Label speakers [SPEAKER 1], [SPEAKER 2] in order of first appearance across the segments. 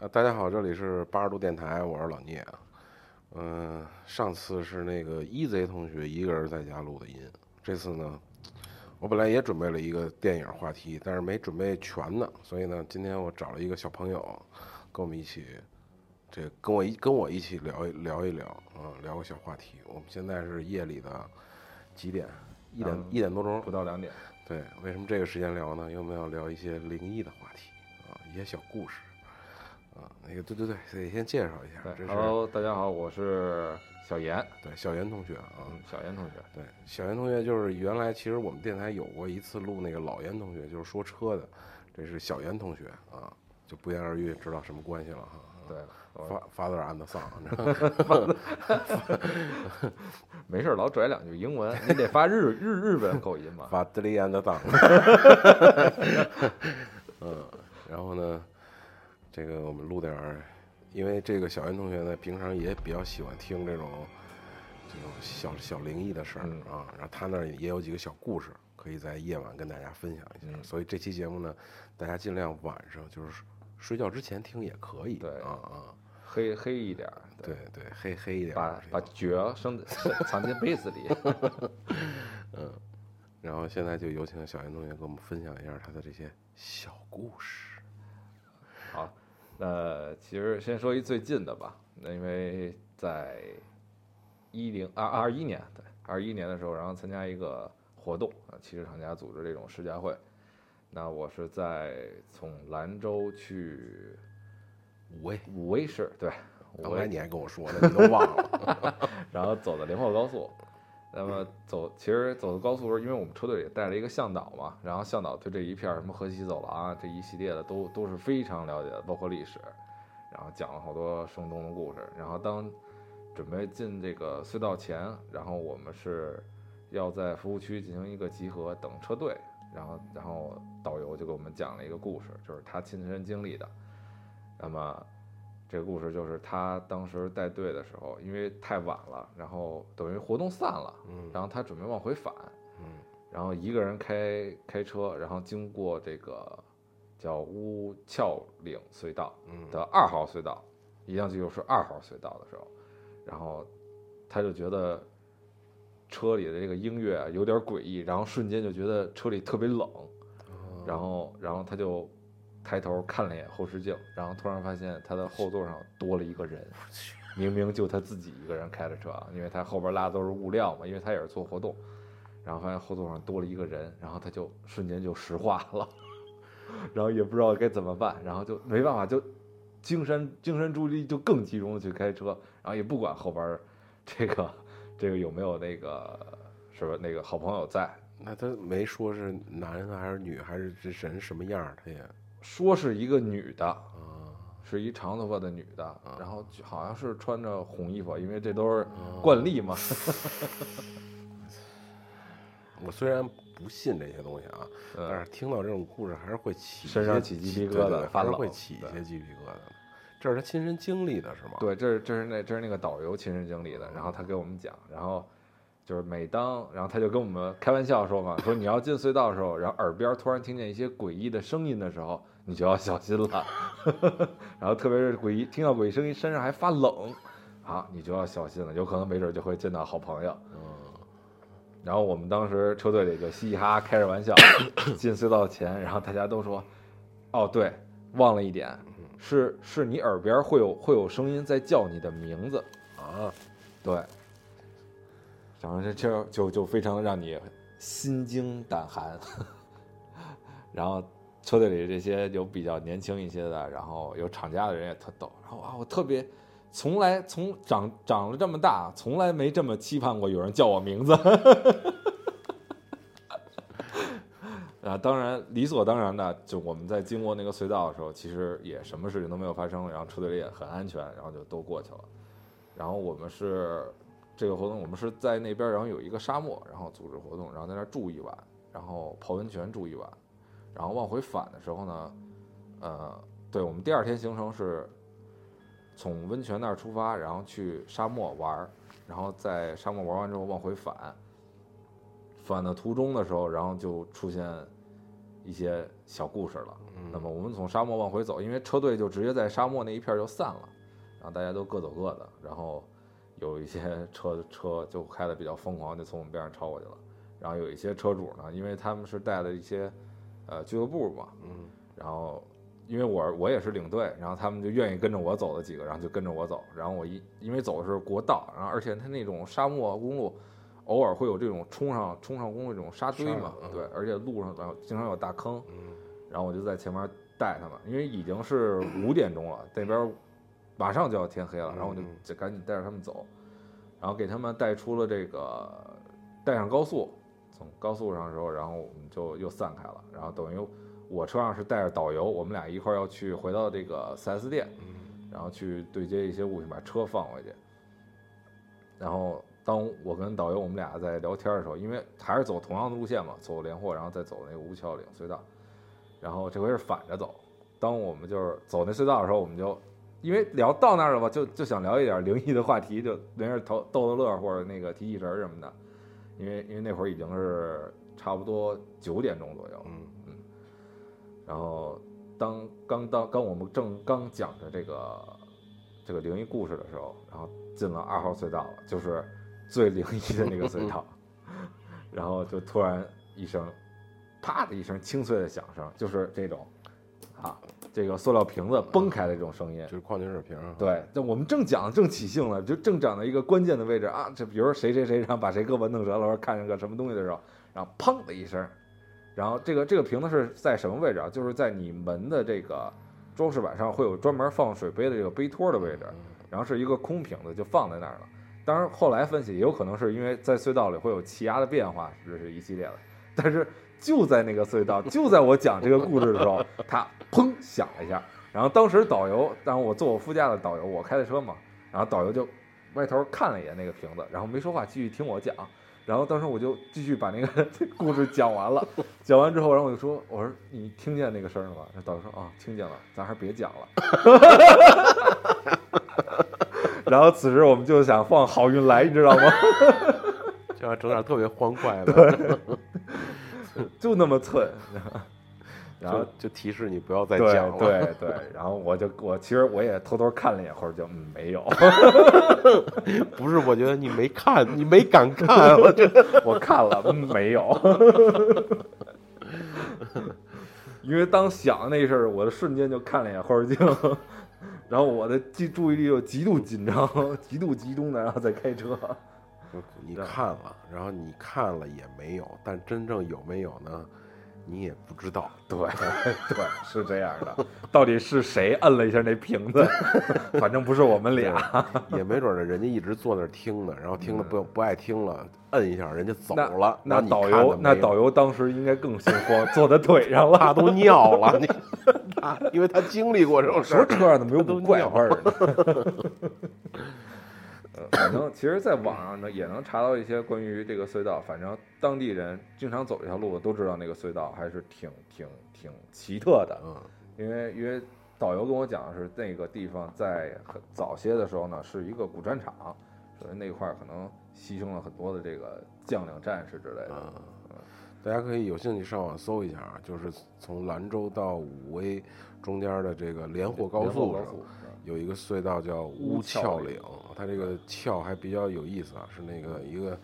[SPEAKER 1] 啊，大家好，这里是八十度电台，我是老聂。啊嗯、上次是那个 EZ 同学一个人在家录的音，这次呢，我本来也准备了一个电影话题，但是没准备全呢，所以呢，今天我找了一个小朋友，跟我们一起，这跟我一跟我一起聊一聊一聊啊、聊个小话题。我们现在是夜里的几点？一点、一点多钟，
[SPEAKER 2] 不到两点。
[SPEAKER 1] 对，为什么这个时间聊呢？因为我们要聊一些灵异的话题啊，一些小故事啊。那个，对对对，得先介绍一下，这
[SPEAKER 2] 对
[SPEAKER 1] 是
[SPEAKER 2] ，Hello，大家好，我是小严，
[SPEAKER 1] 对小袁同学啊。
[SPEAKER 2] 嗯，小严同学，
[SPEAKER 1] 对，小袁同学就是原来其实我们电台有过一次录那个老袁同学，就是说车的，这是小袁同学啊，就不言而喻，知道什么关系了哈。
[SPEAKER 2] 对，我
[SPEAKER 1] 发发字俺的丧，你知道吗
[SPEAKER 2] 没事儿老拽两句英文，你得发日日日本口音嘛。
[SPEAKER 1] 法德利安的 档。嗯，然后呢，这个我们录点儿，因为这个小袁同学呢，平常也比较喜欢听这种这种小小灵异的事儿、
[SPEAKER 2] 嗯
[SPEAKER 1] 啊，然后他那儿也有几个小故事，可以在夜晚跟大家分享一下。
[SPEAKER 2] 嗯
[SPEAKER 1] 所以这期节目呢，大家尽量晚上就是睡觉之前听也可以。
[SPEAKER 2] 对
[SPEAKER 1] 啊啊，
[SPEAKER 2] 黑黑一点儿，
[SPEAKER 1] 对对，黑黑一点儿
[SPEAKER 2] 把
[SPEAKER 1] 这
[SPEAKER 2] 把
[SPEAKER 1] 个。
[SPEAKER 2] 脚生 藏进被子里。
[SPEAKER 1] 然后现在就有请小袁同学给我们分享一下他的这些小故事。
[SPEAKER 2] 好，那其实先说一最近的吧，那因为在一零二二一年，对，二一年的时候，然后参加一个活动啊，汽车厂家组织这种试驾会，那我是在从兰州去
[SPEAKER 1] 五位。
[SPEAKER 2] 武威市，对，武
[SPEAKER 1] 刚才
[SPEAKER 2] 威，
[SPEAKER 1] 哦你还跟我说呢，你都忘 了。
[SPEAKER 2] 然后走的连霍高速。那么走，其实走的高速的时候，因为我们车队里带了一个向导嘛，然后向导对这一片儿什么河西走廊啊这一系列的都都是非常了解的，包括历史，然后讲了好多生动的故事。然后当准备进这个隧道前，然后我们是要在服务区进行一个集合，等车队。然后，然后导游就给我们讲了一个故事，就是他亲身经历的。那么这个故事就是他当时带队的时候，因为太晚了，然后等于活动散了，
[SPEAKER 1] 嗯
[SPEAKER 2] 然后他准备往回返，
[SPEAKER 1] 嗯
[SPEAKER 2] 然后一个人开开车，然后经过这个叫乌鞘岭隧道
[SPEAKER 1] 嗯
[SPEAKER 2] 的二号隧道，一辆就是二号隧道的时候，然后他就觉得车里的这个音乐啊有点诡异，然后瞬间就觉得车里特别冷，然后然后他就抬头看了一眼后视镜，然后突然发现他的后座上多了一个人，明明就他自己一个人开着车啊，因为他后边拉的都是物料嘛，因为他也是做活动，然后发现后座上多了一个人，然后他就瞬间就石化了， 然后也不知道该怎么办，然后就没办法就。精神精神注意力就更集中的去开车，然后也不管后边儿 这个这个有没有那个是吧那个好朋友在，
[SPEAKER 1] 那他没说是男的还是女，还是这人什么样儿，他也
[SPEAKER 2] 说是一个女的，
[SPEAKER 1] 啊，
[SPEAKER 2] 是一长头发的女的，然后就好像是穿着红衣服，因为这都是
[SPEAKER 1] 哦
[SPEAKER 2] 惯例 嘛。
[SPEAKER 1] 我虽然不信这些东西啊，
[SPEAKER 2] 嗯
[SPEAKER 1] 但是听到这种故事还是会起一
[SPEAKER 2] 身上
[SPEAKER 1] 些
[SPEAKER 2] 起鸡
[SPEAKER 1] 对
[SPEAKER 2] 皮疙瘩
[SPEAKER 1] 对对
[SPEAKER 2] 发
[SPEAKER 1] 还是
[SPEAKER 2] 冷
[SPEAKER 1] 会起一
[SPEAKER 2] 对
[SPEAKER 1] 些鸡皮疙瘩的。这是他亲身经历的是吗？，
[SPEAKER 2] 对，这是这是那这是那个导游亲身经历的，然后他给我们讲，然后就是每当然后他就跟我们开玩笑说嘛，说你要进隧道的时候，然后耳边突然听见一些诡异的声音的时候，你就要小心了， 然后特别是诡异听到诡异声音，身上还发冷，啊，你就要小心了，有可能没准就会见到好朋友。
[SPEAKER 1] 嗯
[SPEAKER 2] 然后我们当时车队里就嘻嘻哈哈开着玩笑，进隧道前，然后大家都说：“哦，对，忘了一点，是是你耳边会有会有声音在叫你的名字。
[SPEAKER 1] 啊，”
[SPEAKER 2] 对，然后这这就就非常让你心惊胆寒。 然后车队里这些有比较年轻一些的，然后有厂家的人也特逗。然后啊，我特别从来从长长了这么大，从来没这么期盼过有人叫我名字。 啊，当然理所当然的，就我们在经过那个隧道的时候，其实也什么事情都没有发生，然后车队里也很安全，然后就都过去了。然后我们是这个活动，我们是在那边，然后有一个沙漠，然后组织活动，然后在那儿住一晚，然后泡温泉住一晚，然后往回返的时候呢，呃，对我们第二天行程是从温泉那儿出发，然后去沙漠玩儿，然后在沙漠玩完之后往回返，返的途中的时候，然后就出现一些小故事了。
[SPEAKER 1] 嗯
[SPEAKER 2] 那么我们从沙漠往回走，因为车队就直接在沙漠那一片儿就散了，然后大家都各走各的，然后有一些车车就开的比较疯狂，就从我们边上超过去了，然后有一些车主呢，因为他们是带了一些呃俱乐部嘛，
[SPEAKER 1] 嗯
[SPEAKER 2] 然后因为我我也是领队，然后他们就愿意跟着我走的几个，然后就跟着我走。然后我一因为走的是国道，然后而且它那种沙漠公路，偶尔会有这种冲上冲上公路这种沙堆嘛
[SPEAKER 1] 沙，嗯
[SPEAKER 2] 对，而且路上然后经常有大坑，
[SPEAKER 1] 嗯
[SPEAKER 2] 然后我就在前面带他们，因为已经是五点钟了，那边马上就要天黑了，
[SPEAKER 1] 嗯
[SPEAKER 2] 然后我就
[SPEAKER 1] 嗯
[SPEAKER 2] 就赶紧带着他们走，然后给他们带出了这个带上高速，从高速上的时候，然后我们就又散开了，然后等于我车上是带着导游，我们俩一块儿要去回到这个 4S 店，
[SPEAKER 1] 嗯
[SPEAKER 2] 然后去对接一些物品，把车放回去。然后当我跟导游我们俩在聊天的时候，因为还是走同样的路线嘛，走连霍，然后再走那个吴桥岭隧道，然后这回是反着走。当我们就是走那隧道的时候，我们就因为聊到那儿了吧，就就想聊一点灵异的话题，就没事逗逗逗乐或者那个提提神儿什么的。因为因为那会儿已经是差不多九点钟左右，
[SPEAKER 1] 嗯
[SPEAKER 2] 然后当刚当刚我们正刚讲着这个这个灵异故事的时候，然后进了二号隧道了，就是最灵异的那个隧道，然后就突然一声啪的一声清脆的响声，就是这种啊这个塑料瓶子崩开的这种声音
[SPEAKER 1] 就。是矿泉水瓶啊儿，
[SPEAKER 2] 对，那我们正讲得正起兴了，就正讲到一个关键的位置啊，这比如说谁谁谁，然后把谁胳膊弄折了，或者看见个什么东西的时候，然后砰的一声，然后这个这个瓶子是在什么位置啊？就是在你门的这个装饰板上会有专门放水杯的这个杯托的位置，
[SPEAKER 1] 嗯
[SPEAKER 2] 然后是一个空瓶子就放在那儿了。当然后来分析，也有可能是因为在隧道里会有气压的变化，这是一系列的。但是就在那个隧道，就在我讲这个故事的时候，它砰响了一下。然后当时导游，当然我坐我副驾的导游，我开的车嘛，然后导游就歪头看了一眼那个瓶子，然后没说话，继续听我讲。然后当时我就继续把那个 故事讲完了，讲完之后，然后我就说：“我说你听见那个声儿了吗？”然后导游说：“啊，听见了，咱还是别讲了。”然后此时我们就想放好运来，你知道吗？
[SPEAKER 1] 就要整点特别欢快的，
[SPEAKER 2] 就那么寸。然后
[SPEAKER 1] 就就提示你不要再
[SPEAKER 2] 对
[SPEAKER 1] 讲了。
[SPEAKER 2] 对对，然后我就我其实我也偷偷看了一眼，后来就嗯没有，
[SPEAKER 1] 不是，我觉得你没看，你没敢看，我这
[SPEAKER 2] 我看了嗯没有，因为当想那事儿，我的瞬间就看了一眼后视镜，然后我的记注意力又极度紧张，极度集中的，然后再开车。
[SPEAKER 1] 你看了，然后你看了也没有，但真正有没有呢？你也不知道。
[SPEAKER 2] 对 对，是这样的。到底是谁摁了一下那瓶子？ 反正不是我们俩。
[SPEAKER 1] 对，也没准儿人家一直坐那儿听呢，然后听了不不爱听了，摁一下人家走了，
[SPEAKER 2] 嗯那
[SPEAKER 1] 然后你
[SPEAKER 2] 导
[SPEAKER 1] 看
[SPEAKER 2] 游
[SPEAKER 1] 的，
[SPEAKER 2] 那
[SPEAKER 1] 没
[SPEAKER 2] 导
[SPEAKER 1] 有
[SPEAKER 2] 游当时应该更心慌，坐在腿上了。
[SPEAKER 1] 他都尿了，你 他因为他经历过这种事
[SPEAKER 2] 什么
[SPEAKER 1] 儿，
[SPEAKER 2] 车上怎么有
[SPEAKER 1] 都
[SPEAKER 2] 股怪
[SPEAKER 1] 尿
[SPEAKER 2] 味儿呢？ 呃反正其实，在网上呢也能查到一些关于这个隧道。反正当地人经常走这条路的都知道，那个隧道还是挺挺挺奇特的。
[SPEAKER 1] 嗯
[SPEAKER 2] 因为因为导游跟我讲的是那个地方在很早些的时候呢是一个古战场，所以那块儿可能牺牲了很多的这个将领战士之类的。
[SPEAKER 1] 嗯，大家可以有兴趣上网搜一下啊，就是从兰州到武威中间的这个连霍高
[SPEAKER 2] 连霍
[SPEAKER 1] 速
[SPEAKER 2] 高
[SPEAKER 1] 上
[SPEAKER 2] 速
[SPEAKER 1] 有一个隧道叫乌鞘岭，它这个鞘还比较有意思啊，是那个一个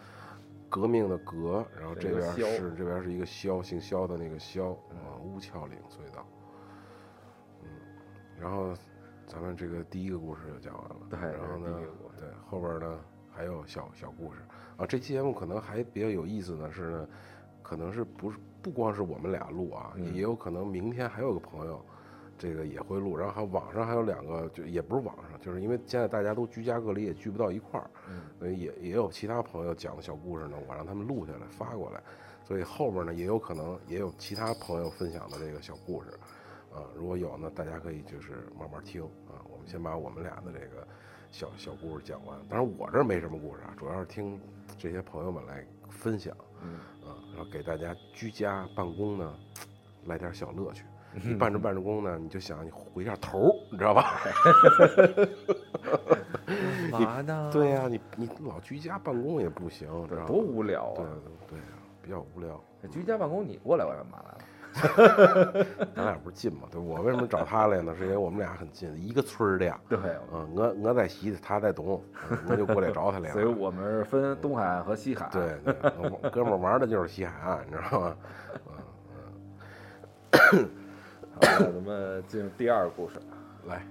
[SPEAKER 1] 革命的革，然后这边
[SPEAKER 2] 对嗯一个嗯
[SPEAKER 1] 是这边是一个萧，姓萧的那个萧啊，乌鞘岭隧道。嗯，然后咱们这个第一个故事就讲完了，
[SPEAKER 2] 对
[SPEAKER 1] 然后
[SPEAKER 2] 这是
[SPEAKER 1] 呢
[SPEAKER 2] 第一个故，事
[SPEAKER 1] 对后边呢还有小小故事啊。这期节目可能还比较有意思呢，是呢，可能是不是不光是我们俩录啊，
[SPEAKER 2] 嗯
[SPEAKER 1] 也有可能明天还有个朋友。这个也会录，然后还有网上还有两个，就也不是网上，就是因为现在大家都居家隔离，也聚不到一块儿，
[SPEAKER 2] 嗯
[SPEAKER 1] 所以也也有其他朋友讲的小故事呢，我让他们录下来发过来，所以后边呢也有可能也有其他朋友分享的这个小故事，啊，如果有呢，大家可以就是慢慢听啊，我们先把我们俩的这个小小故事讲完，当然我这儿没什么故事啊，主要是听这些朋友们来分享
[SPEAKER 2] 嗯
[SPEAKER 1] 啊，然后给大家居家办公呢来点小乐趣。你办着办着工呢，你就想你回一下头儿，你知道吧？
[SPEAKER 2] 干嘛呢？
[SPEAKER 1] 对呀、你你老居家办公也不行，知道吧
[SPEAKER 2] 啊多？无聊
[SPEAKER 1] 对
[SPEAKER 2] 啊！
[SPEAKER 1] 对呀、比较无聊。
[SPEAKER 2] 居家办公你过来我干嘛来了？
[SPEAKER 1] 咱俩不是近嘛？对，我为什么找他来呢？是因为我们俩很近，一个村儿的呀。
[SPEAKER 2] 对，啊
[SPEAKER 1] 嗯，我我在西，他在东，嗯我就过来找他来了。
[SPEAKER 2] 所以我们是分东海岸和西海岸。啊
[SPEAKER 1] 对，对，我哥们儿玩的就是西海岸，你知道吗？
[SPEAKER 2] 好，那咱们进入第二个故事。啊
[SPEAKER 1] 来，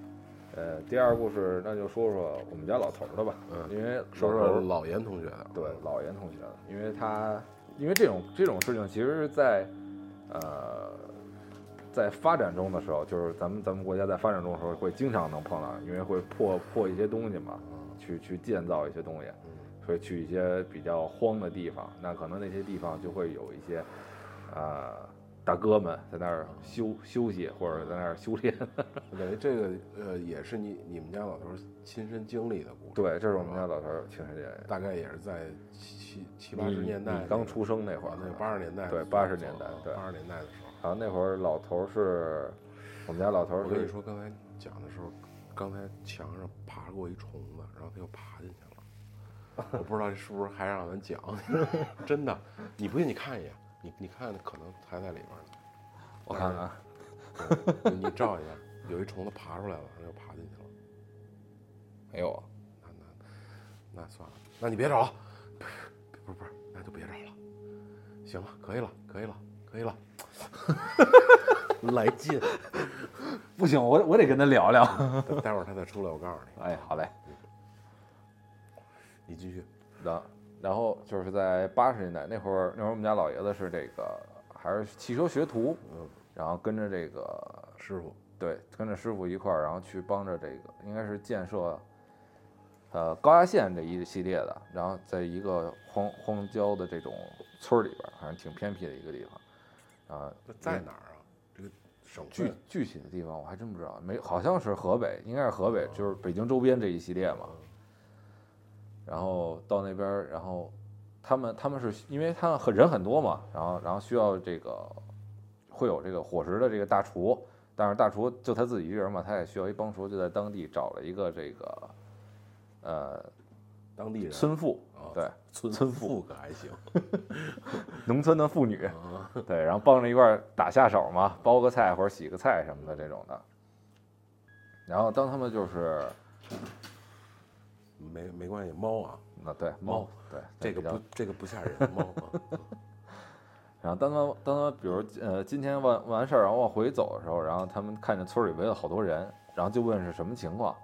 [SPEAKER 2] 呃，第二个故事那就说说我们家老头儿的吧，
[SPEAKER 1] 嗯
[SPEAKER 2] 因为
[SPEAKER 1] 说
[SPEAKER 2] 老头
[SPEAKER 1] 说
[SPEAKER 2] 儿
[SPEAKER 1] 老严同学的。
[SPEAKER 2] 对老严同学的，因为他因为这种这种事情，其实是在呃在发展中的时候，就是咱们咱们国家在发展中的时候会经常能碰到，因为会破破一些东西嘛，
[SPEAKER 1] 嗯
[SPEAKER 2] 去去建造一些东西，所以去一些比较荒的地方，那可能那些地方就会有一些呃大哥们在那儿休休息或者在那儿修炼。
[SPEAKER 1] 我感觉这个呃，也是你你们家老头儿亲身经历的故事。，
[SPEAKER 2] 对，这是我们家老头儿情人节。
[SPEAKER 1] 大概也是在七七七八
[SPEAKER 2] 你
[SPEAKER 1] 十年代那
[SPEAKER 2] 你
[SPEAKER 1] 个，
[SPEAKER 2] 刚出生那会
[SPEAKER 1] 啊
[SPEAKER 2] 儿，
[SPEAKER 1] 那八十年代
[SPEAKER 2] 对
[SPEAKER 1] 的时候
[SPEAKER 2] 80年代
[SPEAKER 1] 啊
[SPEAKER 2] 对
[SPEAKER 1] 八十年代的时候。
[SPEAKER 2] 然后那会儿老头儿是，我们家老头儿
[SPEAKER 1] 我跟你
[SPEAKER 2] 是，
[SPEAKER 1] 说，刚才讲的时候，刚才墙上爬过一虫子，然后它又爬进去了。我不知道这是不是还让咱讲， 真的，你不信你看一眼，你你看可能还在里边呢
[SPEAKER 2] 我看看啊，
[SPEAKER 1] 对，你照一下，有一虫子爬出来了，然后又爬进去了，
[SPEAKER 2] 没有，
[SPEAKER 1] 那那那算了，那你别找了，不是不是，那就别找了，行了，可以了，可以了，可以 了，来劲，
[SPEAKER 2] 不行，我我得跟他 聊聊。
[SPEAKER 1] 待待会儿他再出来，我告诉你，
[SPEAKER 2] 哎，好嘞。
[SPEAKER 1] 你继续，
[SPEAKER 2] 然然后就是在八十年代那会儿，那会儿我们家老爷子是这个还是汽车学徒，
[SPEAKER 1] 嗯，
[SPEAKER 2] 然后跟着这个
[SPEAKER 1] 师傅，
[SPEAKER 2] 对跟着师傅一块儿，然后去帮着这个应该是建设，呃高压线这一系列的，然后在一个荒荒郊的这种村儿里边儿，反正挺偏僻的一个地方，啊，
[SPEAKER 1] 这在哪儿啊？这个省
[SPEAKER 2] 具
[SPEAKER 1] 份。
[SPEAKER 2] 具体的地方我还真不知道，没好像是河北，应该是河北，就是北京周边这一系列嘛。然后到那边儿，然后他们他们是因为他们很人很多嘛，然后然后需要这个会有这个伙食的这个大厨，但是大厨就他自己一个人嘛，他也需要一帮厨，就在当地找了一个这个呃
[SPEAKER 1] 当地人
[SPEAKER 2] 村妇，
[SPEAKER 1] 啊
[SPEAKER 2] 对，
[SPEAKER 1] 村
[SPEAKER 2] 村
[SPEAKER 1] 妇可还 行
[SPEAKER 2] 农村的妇女，
[SPEAKER 1] 啊，
[SPEAKER 2] 对，然后帮着一块儿打下手嘛，包个菜或者洗个菜什么的这种的。然后当他们就是
[SPEAKER 1] 没没关系，猫啊，
[SPEAKER 2] 那对
[SPEAKER 1] 猫
[SPEAKER 2] 猫，
[SPEAKER 1] 这
[SPEAKER 2] 对
[SPEAKER 1] 个。
[SPEAKER 2] 比较
[SPEAKER 1] 不这个不吓人，猫啊，
[SPEAKER 2] 然后当他们当他们比如呃今天完完事儿，然后往回走的时候，然后他们看见村里围了好多人，然后就问是什么情况。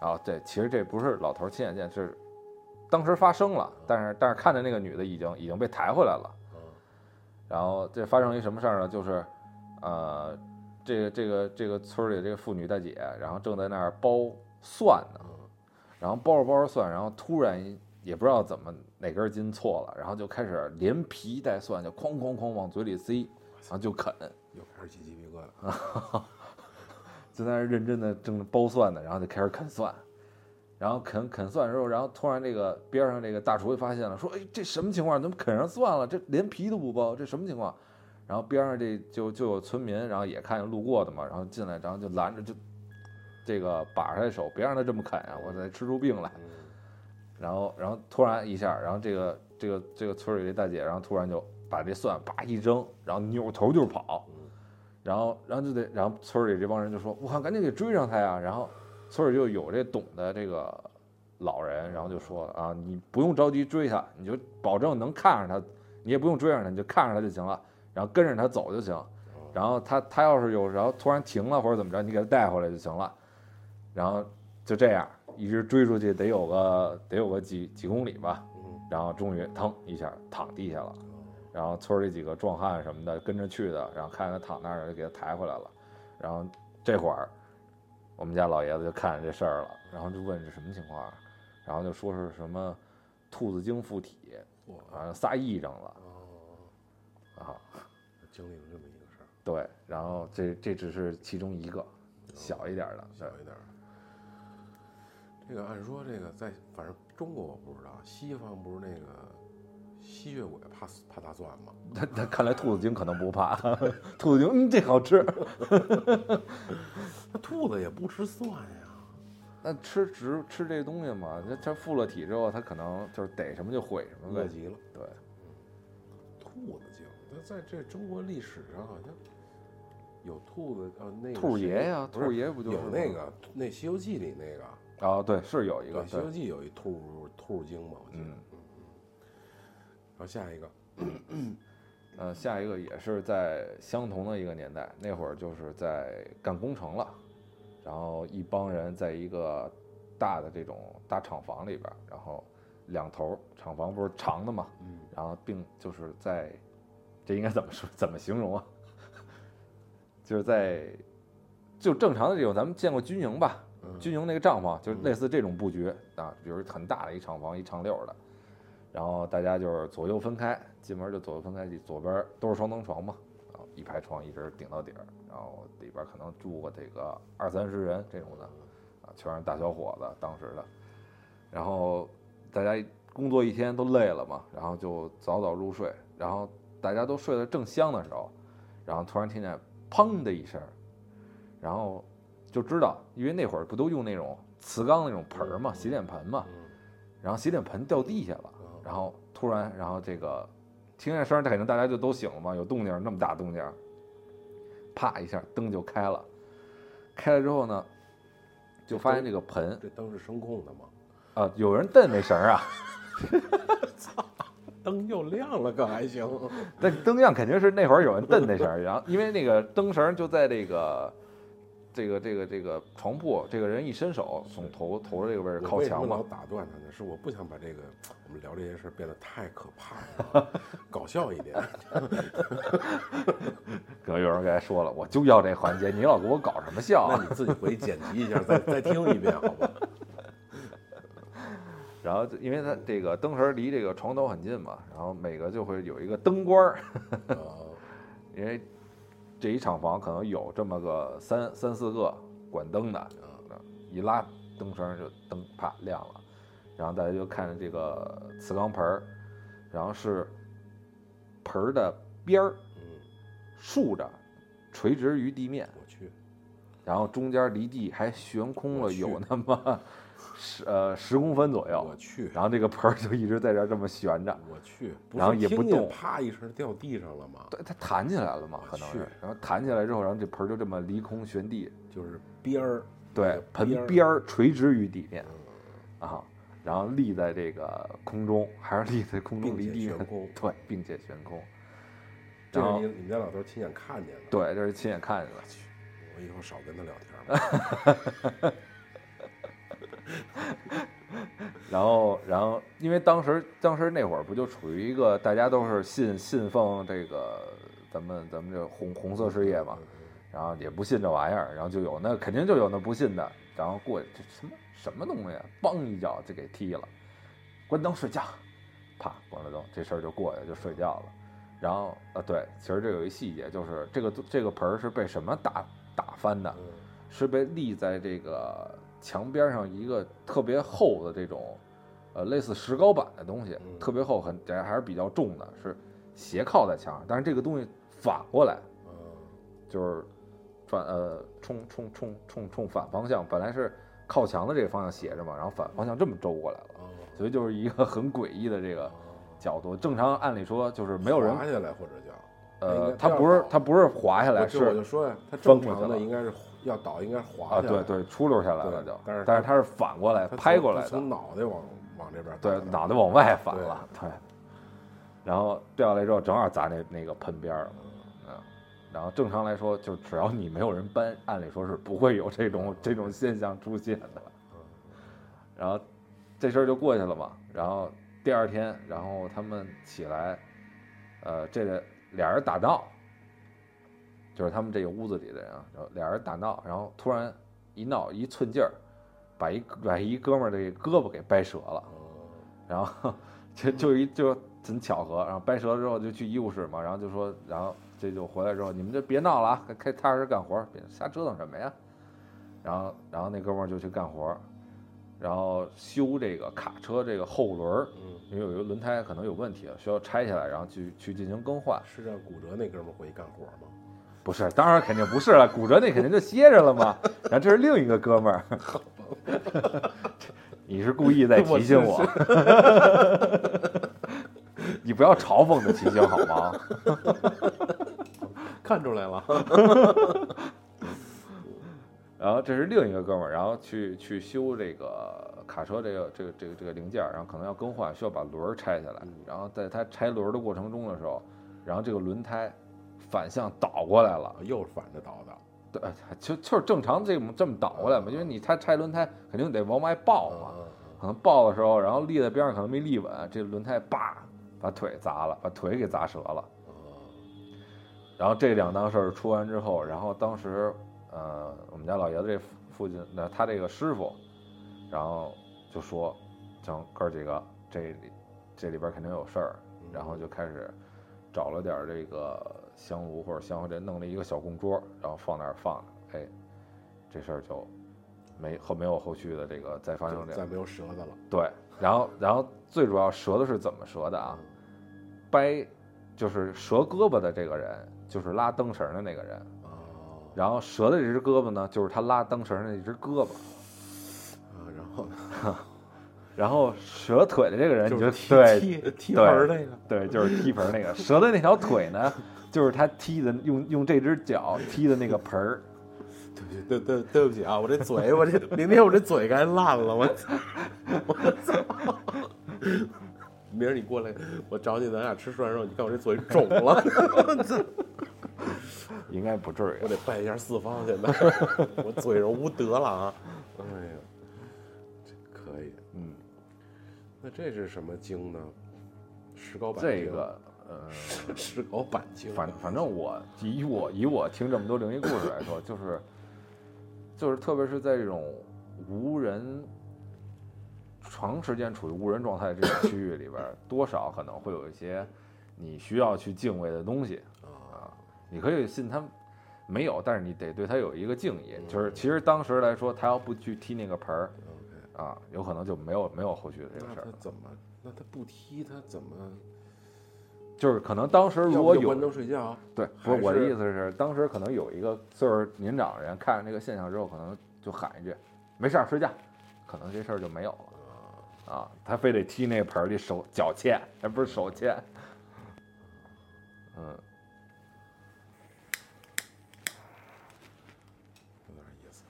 [SPEAKER 2] 然后这其实这不是老头儿亲眼见，是当时发生了，但是但是看见那个女的已经已经被抬回来了。然后这发生一什么事儿呢？就是，呃，这个这个这个村儿里这个妇女大姐，然后正在那儿剥蒜呢，然后剥着剥着蒜，然后突然一也不知道怎么哪根筋错了，然后就开始连皮带蒜就哐哐哐往嘴里塞，然后就啃，
[SPEAKER 1] 又开始起鸡皮疙瘩，
[SPEAKER 2] 就在那儿认真的正剥蒜呢，然后就开始啃蒜，然后啃啃蒜之后，然后突然这个边上这个大厨就发现了，说：“哎，这什么情况？怎么啃上蒜了？这连皮都不剥，这什么情况？”然后边上这就就有村民，然后也看见路过的嘛，然后进来，然后就拦着就这个把着他手，别让他这么啃啊，我得吃出病来。然后然后突然一下，然后这个这个这个村里这大姐，然后突然就把这蒜叭一扔，然后扭头就跑，然后然后就得，然后村里这帮人就说：“我靠，赶紧给追上他呀！”然后村里就有这懂的这个老人，然后就说了啊，你不用着急追他，你就保证能看上他，你也不用追上他，你就看上他就行了，然后跟着他走就行。然后他他要是有然后突然停了或者怎么着，你给他带回来就行了。然后就这样一直追出去，得有个得有个几几公里吧。
[SPEAKER 1] 嗯，
[SPEAKER 2] 然后终于腾一下躺地下
[SPEAKER 1] 哦
[SPEAKER 2] 了。然后村里几个壮汉什么的跟着去的，然后看见他躺那儿就给他抬回来了。然后这会儿，我们家老爷子就看见这事儿了，然后就问是什么情况，啊然后就说是什么兔子精附体，
[SPEAKER 1] 我
[SPEAKER 2] 啊，撒癔症了
[SPEAKER 1] 哦，
[SPEAKER 2] 啊。
[SPEAKER 1] 经历了这么一个事儿，
[SPEAKER 2] 对，然后这这只是其中一个小一点儿的，对
[SPEAKER 1] 哦小一点儿。这个按说这个在反正中国我不知道，西方不是那个吸血鬼怕怕大蒜吗？
[SPEAKER 2] 他他 看来兔子精可能不 怕，兔子精嗯这好吃，
[SPEAKER 1] 那兔子也不吃蒜呀，
[SPEAKER 2] 那吃植吃这东西嘛，它它附了嗯体之后，它可能就是逮什么就毁什么
[SPEAKER 1] 饿
[SPEAKER 2] 呗。
[SPEAKER 1] 极了，
[SPEAKER 2] 对，
[SPEAKER 1] 兔子精那在这中国历史上好像有兔子，呃，那个
[SPEAKER 2] 兔
[SPEAKER 1] 谁
[SPEAKER 2] 爷呀，
[SPEAKER 1] 不是
[SPEAKER 2] 兔爷不就是
[SPEAKER 1] 有
[SPEAKER 2] 吗
[SPEAKER 1] 那个那《西游记》里那个，
[SPEAKER 2] 啊？对，是有一
[SPEAKER 1] 对，《
[SPEAKER 2] 个
[SPEAKER 1] 西
[SPEAKER 2] 对
[SPEAKER 1] 游，记》有一兔兔精嘛，我记得。
[SPEAKER 2] 嗯
[SPEAKER 1] 然后下一个，
[SPEAKER 2] 呃，下一个也是在相同的一个年代，那会儿就是在干工程了，然后一帮人在一个大的这种大厂房里边儿，然后两头儿厂房不是长的嘛，
[SPEAKER 1] 嗯，
[SPEAKER 2] 然后并就是在，这应该怎么说？怎么形容啊？ 就是在就正常的这种，咱们见过军营吧？
[SPEAKER 1] 嗯
[SPEAKER 2] 军营那个帐篷，就是类似这种布局啊，比如很大的一厂房，一长溜儿的，然后大家就是左右分开，进门就左右分开，左边都是双层床嘛，啊，一排床一直顶到底儿，然后里边可能住个这个二三十人这种的，啊，全是大小伙子当时的，然后大家工作一天都累了嘛，然后就早早入睡，然后大家都睡得正香的时候，然后突然听见砰的一声，然后就知道，因为那会儿不都用那种瓷缸那种盆儿嘛，洗脸盆
[SPEAKER 1] 嗯
[SPEAKER 2] 嘛，然后洗脸盆掉地下了，然后突然，然后这个听见声儿，肯定大家就都醒了嘛，有动静儿，那么大动静儿，啪一下灯就开了，开了之后呢，就发现这个盆
[SPEAKER 1] 这灯是声控的吗？
[SPEAKER 2] 啊，有人蹬那绳儿啊。
[SPEAKER 1] 灯又亮了，可还行？
[SPEAKER 2] 但灯样肯定是那会儿有人蹬那绳儿，然后因为那个灯绳儿就在这个这个这个这个床铺，这个人一伸手从头头这个位置
[SPEAKER 1] 我
[SPEAKER 2] 靠
[SPEAKER 1] 为什么
[SPEAKER 2] 墙嘛
[SPEAKER 1] 老，打断他呢？是我不想把这个我们聊这些事儿变得太可怕了， 搞笑一点。
[SPEAKER 2] 可能有人给他说了，我就要这环节，你老给我搞什么笑
[SPEAKER 1] 那
[SPEAKER 2] 啊？
[SPEAKER 1] 你自己回去剪辑一下，再再听一遍，好吧？
[SPEAKER 2] 然后就因为他这个灯绳儿离这个床头很近嘛，然后每个就会有一个灯光儿，
[SPEAKER 1] 呃，
[SPEAKER 2] 因为这一厂房可能有这么个三三四个管灯的，一拉灯绳儿就灯啪亮了，然后大家就看着这个瓷缸盆儿，然后是盆儿的边儿
[SPEAKER 1] 嗯，
[SPEAKER 2] 竖着，垂直于地面，
[SPEAKER 1] 我去，
[SPEAKER 2] 然后中间离地还悬空
[SPEAKER 1] 我
[SPEAKER 2] 了
[SPEAKER 1] 去
[SPEAKER 2] 有那么十呃十公分左右
[SPEAKER 1] 我，去，
[SPEAKER 2] 然后这个盆儿就一直在这儿这么悬着，
[SPEAKER 1] 我去，不
[SPEAKER 2] 然后
[SPEAKER 1] 是
[SPEAKER 2] 也不
[SPEAKER 1] 听见
[SPEAKER 2] 动
[SPEAKER 1] 啪一声掉地上了吗？
[SPEAKER 2] 对，它弹起来了嘛，
[SPEAKER 1] 我
[SPEAKER 2] 可能
[SPEAKER 1] 去
[SPEAKER 2] 是，然后弹起来之后，然后这盆儿就这么离空悬地，
[SPEAKER 1] 就是边儿，那
[SPEAKER 2] 对
[SPEAKER 1] 个，边儿嗯
[SPEAKER 2] 盆边儿垂直于地面，啊，然后立在这个空中，还是立在空中
[SPEAKER 1] 并
[SPEAKER 2] 离
[SPEAKER 1] 且
[SPEAKER 2] 地面
[SPEAKER 1] 悬，空。
[SPEAKER 2] 对，并且悬空，
[SPEAKER 1] 这
[SPEAKER 2] 然
[SPEAKER 1] 是
[SPEAKER 2] 后
[SPEAKER 1] 你你们家老头亲眼看见的。
[SPEAKER 2] 对，这是亲眼看见的。
[SPEAKER 1] 我以后少跟他聊天了。
[SPEAKER 2] 然后，然后，因为当时当时那会儿不就处于一个大家都是信信奉这个咱们咱们这红红色事业嘛，然后也不信这玩意儿，然后就有那肯定就有那不信的，然后过去这什么什么东西、啊，梆一脚就给踢了，关灯睡觉，啪关了灯，这事儿就过去了就睡觉了。然后呃对，其实这有一细节，就是这个这个盆儿是被什么打打翻
[SPEAKER 1] 嗯
[SPEAKER 2] 的？是被立在这个墙边上一个特别厚的这种，呃，类似石膏板的东西，
[SPEAKER 1] 嗯
[SPEAKER 2] 特别厚，很还是比较重的，是斜靠在墙上。但是这个东西反过来
[SPEAKER 1] 嗯，
[SPEAKER 2] 就是转呃冲冲冲冲冲反方向，本来是靠墙的这个方向斜着嘛，然后反方向这么周过来了，
[SPEAKER 1] 嗯
[SPEAKER 2] 所以就是一个很诡异的这个角度。正常按理说就是没有人
[SPEAKER 1] 滑下来或者叫，那应
[SPEAKER 2] 呃
[SPEAKER 1] 该，
[SPEAKER 2] 它
[SPEAKER 1] 掉
[SPEAKER 2] 不是
[SPEAKER 1] 了
[SPEAKER 2] 它不是滑下来，
[SPEAKER 1] 我就我
[SPEAKER 2] 是
[SPEAKER 1] 就说呀，他
[SPEAKER 2] 翻
[SPEAKER 1] 正
[SPEAKER 2] 过去
[SPEAKER 1] 常的
[SPEAKER 2] 了
[SPEAKER 1] 应该是要倒，应该滑
[SPEAKER 2] 啊
[SPEAKER 1] 下来
[SPEAKER 2] 对，对出溜下来了
[SPEAKER 1] 对
[SPEAKER 2] 就，
[SPEAKER 1] 但是
[SPEAKER 2] 但是
[SPEAKER 1] 它
[SPEAKER 2] 它是反过来
[SPEAKER 1] 他从
[SPEAKER 2] 拍过来
[SPEAKER 1] 他
[SPEAKER 2] 的，
[SPEAKER 1] 从脑袋往往这边
[SPEAKER 2] 对
[SPEAKER 1] 打，的
[SPEAKER 2] 脑袋往外反了，对。然后掉下来之后，正好砸那那个盆边儿了，嗯。然后正常来说，就只要你没有人搬，按理说是不会有这种这种现象出现的。然后这事儿就过去了嘛。然后第二天，然后他们起来，呃，这个俩人打闹，就是他们这个屋子里的人啊，然后俩人打闹，然后突然一闹一寸劲儿，把一把一哥们儿这个胳膊给掰折了。
[SPEAKER 1] 嗯
[SPEAKER 2] 然后 就就一就很巧合，然后掰折了之后就去医务室嘛，然后就说，然后这就回来之后，你们就别闹了啊，该踏实干活儿，别瞎折腾什么呀。然后然后那哥们儿就去干活儿，然后修这个卡车这个后轮儿，
[SPEAKER 1] 嗯，
[SPEAKER 2] 因为有一个轮胎可能有问题了，需要拆下来，然后去去进行更换。
[SPEAKER 1] 是让骨折那哥们儿回去干活吗？
[SPEAKER 2] 不是，当然肯定不是了，骨折那肯定就歇着了嘛。然后这是另一个哥们儿， 你是故意在提醒我，你不要嘲讽的骑行好吗？
[SPEAKER 1] 看出来了，
[SPEAKER 2] 然后这是另一个哥们儿，然后去去修这个卡车这个这个这个这个零件儿，然后可能要更换，需要把轮儿拆下来
[SPEAKER 3] 嗯。
[SPEAKER 2] 然后在他拆轮儿的过程中的时候，然后这个轮胎反向倒过来了，
[SPEAKER 1] 啊又是反着倒 的。
[SPEAKER 2] 对，就就是正常这么这么倒过来嘛，因为你拆拆轮胎肯定得往外爆嘛，
[SPEAKER 1] 嗯
[SPEAKER 2] 可能爆的时候，然后立在边上可能没立稳，这轮胎叭把腿砸了，把腿给砸折了。
[SPEAKER 1] 嗯
[SPEAKER 2] 然后这两档事儿出完之后，然后当时呃，我们家老爷子这父父亲，那他这个师傅，然后就说，整哥儿几个这里这里边儿肯定有事儿，
[SPEAKER 1] 嗯
[SPEAKER 2] 然后就开始找了点儿这个香炉或者香火这弄了一个小供桌，然后放那儿放着，哎，这事儿就没后没有后续的这个再发生这
[SPEAKER 1] 再没有折的了，
[SPEAKER 2] 对，然后然后最主要折的是怎么折的啊？掰就是折胳膊的这个人就是拉灯绳的那个人，
[SPEAKER 1] 哦，
[SPEAKER 2] 然后折的这只胳膊呢就是他拉灯绳的那只胳膊，
[SPEAKER 1] 啊然后
[SPEAKER 2] 然后折腿的这个人哎你
[SPEAKER 1] 就是
[SPEAKER 2] 就
[SPEAKER 1] 踢
[SPEAKER 2] 对
[SPEAKER 1] 踢踢门儿那个，
[SPEAKER 2] 对就是踢盆儿那个，折的那条腿呢就是他踢的用用这只脚踢的那个盆儿，
[SPEAKER 1] 对不起，对对对不起啊，我这嘴，我这明天啊我这嘴该烂了，我操，我操！明儿你过来，我找你，咱俩吃涮肉，你看我这嘴肿了，
[SPEAKER 2] 应该不至
[SPEAKER 1] 我
[SPEAKER 2] 于。
[SPEAKER 1] 得拜一下四方，现在我嘴上无德了啊！
[SPEAKER 3] 哎呀，这可以。
[SPEAKER 2] 嗯，
[SPEAKER 3] 那这是什么经呢？石膏板
[SPEAKER 2] 这
[SPEAKER 3] 经
[SPEAKER 2] 个呃。
[SPEAKER 1] 石膏板青，
[SPEAKER 2] 反反正我以我以我听这么多灵异故事来说，就是就是特别是在这种无人长时间处于无人状态这种区域里边儿，多少可能会有一些你需要去敬畏的东西啊。你可以信他没有，但是你得对他有一个敬意。
[SPEAKER 3] 嗯
[SPEAKER 2] 就是其实当时来说，他要不去踢那个盆儿啊，有可能就没有没有后续的这个
[SPEAKER 3] 那
[SPEAKER 2] 事儿
[SPEAKER 3] 他。怎么？那他不踢他怎么？
[SPEAKER 2] 就是可能当时如
[SPEAKER 3] 要
[SPEAKER 2] 果
[SPEAKER 3] 不就
[SPEAKER 2] 有
[SPEAKER 3] 关灯睡觉，
[SPEAKER 2] 对，不
[SPEAKER 3] 还
[SPEAKER 2] 是我的
[SPEAKER 3] 是
[SPEAKER 2] 意思是，当时可能有一个岁数年长的人看上这个现象之后，可能就喊一句“没事儿，睡觉”，可能这事儿就没有了。啊，他非得踢那盆儿里手脚欠，那不是手欠。嗯，
[SPEAKER 1] 有点意思。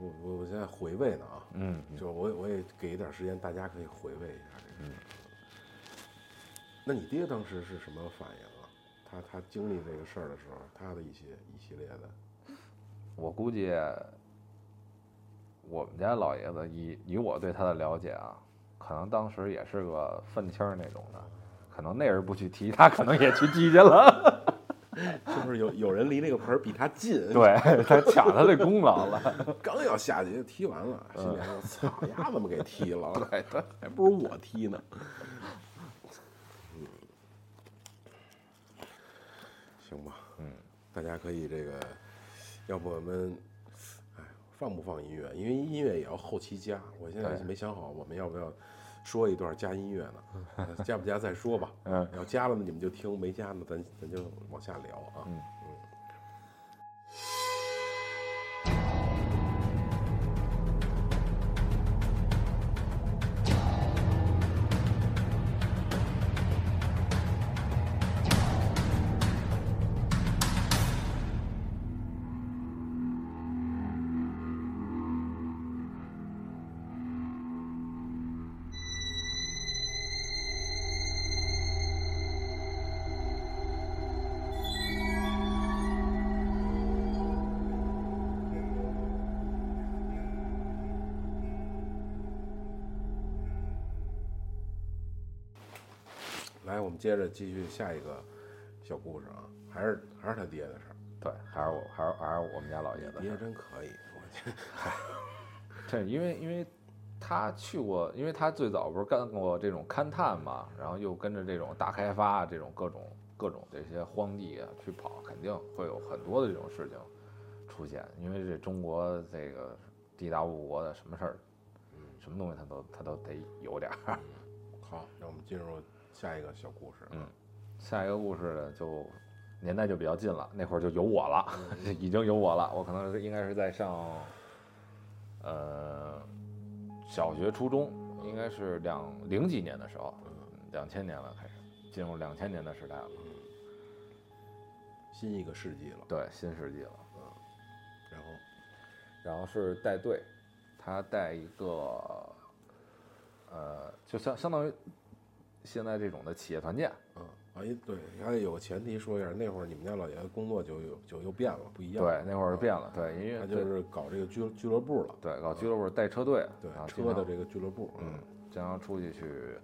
[SPEAKER 1] 我我我现在回味呢啊，
[SPEAKER 2] 嗯，
[SPEAKER 1] 就我也我也给一点时间，大家可以回味一下这个事儿。那你爹当时是什么反应啊？他他经历这个事儿的时候，他的一些一系列的，
[SPEAKER 2] 我估计我们家老爷子以以我对他的了解啊，可能当时也是个愤青儿那种的，可能那人不去踢，他可能也去踢去了。
[SPEAKER 1] 就是有有人离那个盆儿比他近，
[SPEAKER 2] 对他抢他的功劳了。
[SPEAKER 1] 刚要下去就踢完了，心里还说：“操，丫怎么给踢了？对对，还不如我踢呢。”嗯
[SPEAKER 3] 行吧？
[SPEAKER 1] 大家可以这个，要不我们，哎，放不放音乐？因为音乐也要后期加。我现在
[SPEAKER 2] 对
[SPEAKER 1] 没想好我们要不要说一段加音乐呢？呃加不加再说吧。
[SPEAKER 2] 嗯，
[SPEAKER 1] 要加了呢你们就听，没加呢咱咱就往下聊啊。
[SPEAKER 2] 嗯
[SPEAKER 1] 来，我们接着继续下一个小故事啊，还是还是他爹的事儿。
[SPEAKER 2] 对，还是我，还是还是我们家老爷子。
[SPEAKER 1] 爹真可以，我去，
[SPEAKER 2] 这因为因为他去过，因为他最早不是干过这种勘探嘛，然后又跟着这种大开发啊，这种各种各种这些荒地啊去跑，肯定会有很多的这种事情出现。因为这中国这个地大物博的，什么事儿，什么东西他都他都得有点儿。
[SPEAKER 1] 好，让我们进入下一个小故事。
[SPEAKER 2] 嗯下一个故事呢，就年代就比较近了，那会儿就有我了， 已经有我了。我可能是应该是在上，呃，小学、初中，应该是两零几年的时候。
[SPEAKER 1] 嗯
[SPEAKER 2] 两千年了，开始进入两千年的时代了，
[SPEAKER 1] 新一个世纪了。
[SPEAKER 2] 对，新世纪了。
[SPEAKER 1] 然后
[SPEAKER 2] 然后是带队，他带一个，呃，就相相当于现在这种的企业团建，
[SPEAKER 1] 嗯，哎，对，你看有个前提说一下，那会儿你们家老爷子工作就有就又变了，不一样。
[SPEAKER 2] 对，那会儿变了，对，因为
[SPEAKER 1] 他就是搞这个俱俱乐部了，
[SPEAKER 2] 对搞俱乐部带车队，
[SPEAKER 1] 对
[SPEAKER 2] 然后经
[SPEAKER 1] 车的
[SPEAKER 2] 常
[SPEAKER 1] 这个俱乐部。嗯，
[SPEAKER 2] 经常出去去，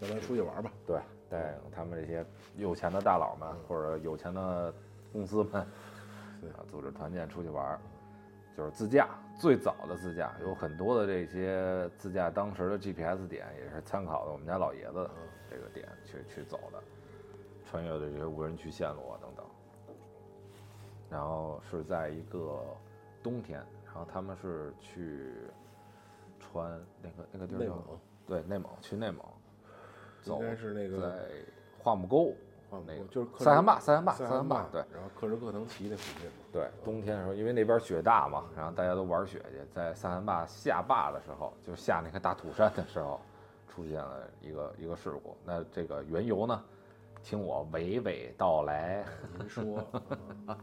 [SPEAKER 1] 咱们出去玩吧。
[SPEAKER 2] 对，带他们这些有钱的大佬们
[SPEAKER 1] 嗯
[SPEAKER 2] 或者有钱的公司们，
[SPEAKER 1] 对
[SPEAKER 2] 啊，组织团建出去玩儿，就是自驾，最早的自驾有很多的这些自驾，当时的 GPS 点也是参考的我们家老爷子的
[SPEAKER 1] 嗯
[SPEAKER 2] 这个点去去走的，穿越的这些无人区线路啊等等。然后是在一个冬天，然后他们是去穿那个那个地儿
[SPEAKER 1] 内
[SPEAKER 2] 叫
[SPEAKER 1] 蒙
[SPEAKER 2] 对内蒙去内蒙，
[SPEAKER 1] 应
[SPEAKER 2] 走
[SPEAKER 1] 该是那个
[SPEAKER 2] 在桦木沟
[SPEAKER 1] 啊
[SPEAKER 2] 那个
[SPEAKER 1] 就是克什
[SPEAKER 2] 塞罕坝塞罕坝
[SPEAKER 1] 塞
[SPEAKER 2] 罕坝
[SPEAKER 1] 坝，
[SPEAKER 2] 对，
[SPEAKER 1] 然后克什克腾旗那附近嘛。
[SPEAKER 2] 对，冬天的时候，因为那边雪大嘛，然后大家都玩雪去，在塞罕坝下坝的时候，就是下那个大土山的时候，出现了一个一个事故。那这个缘由呢，听我娓娓道来。
[SPEAKER 1] 您说， 嗯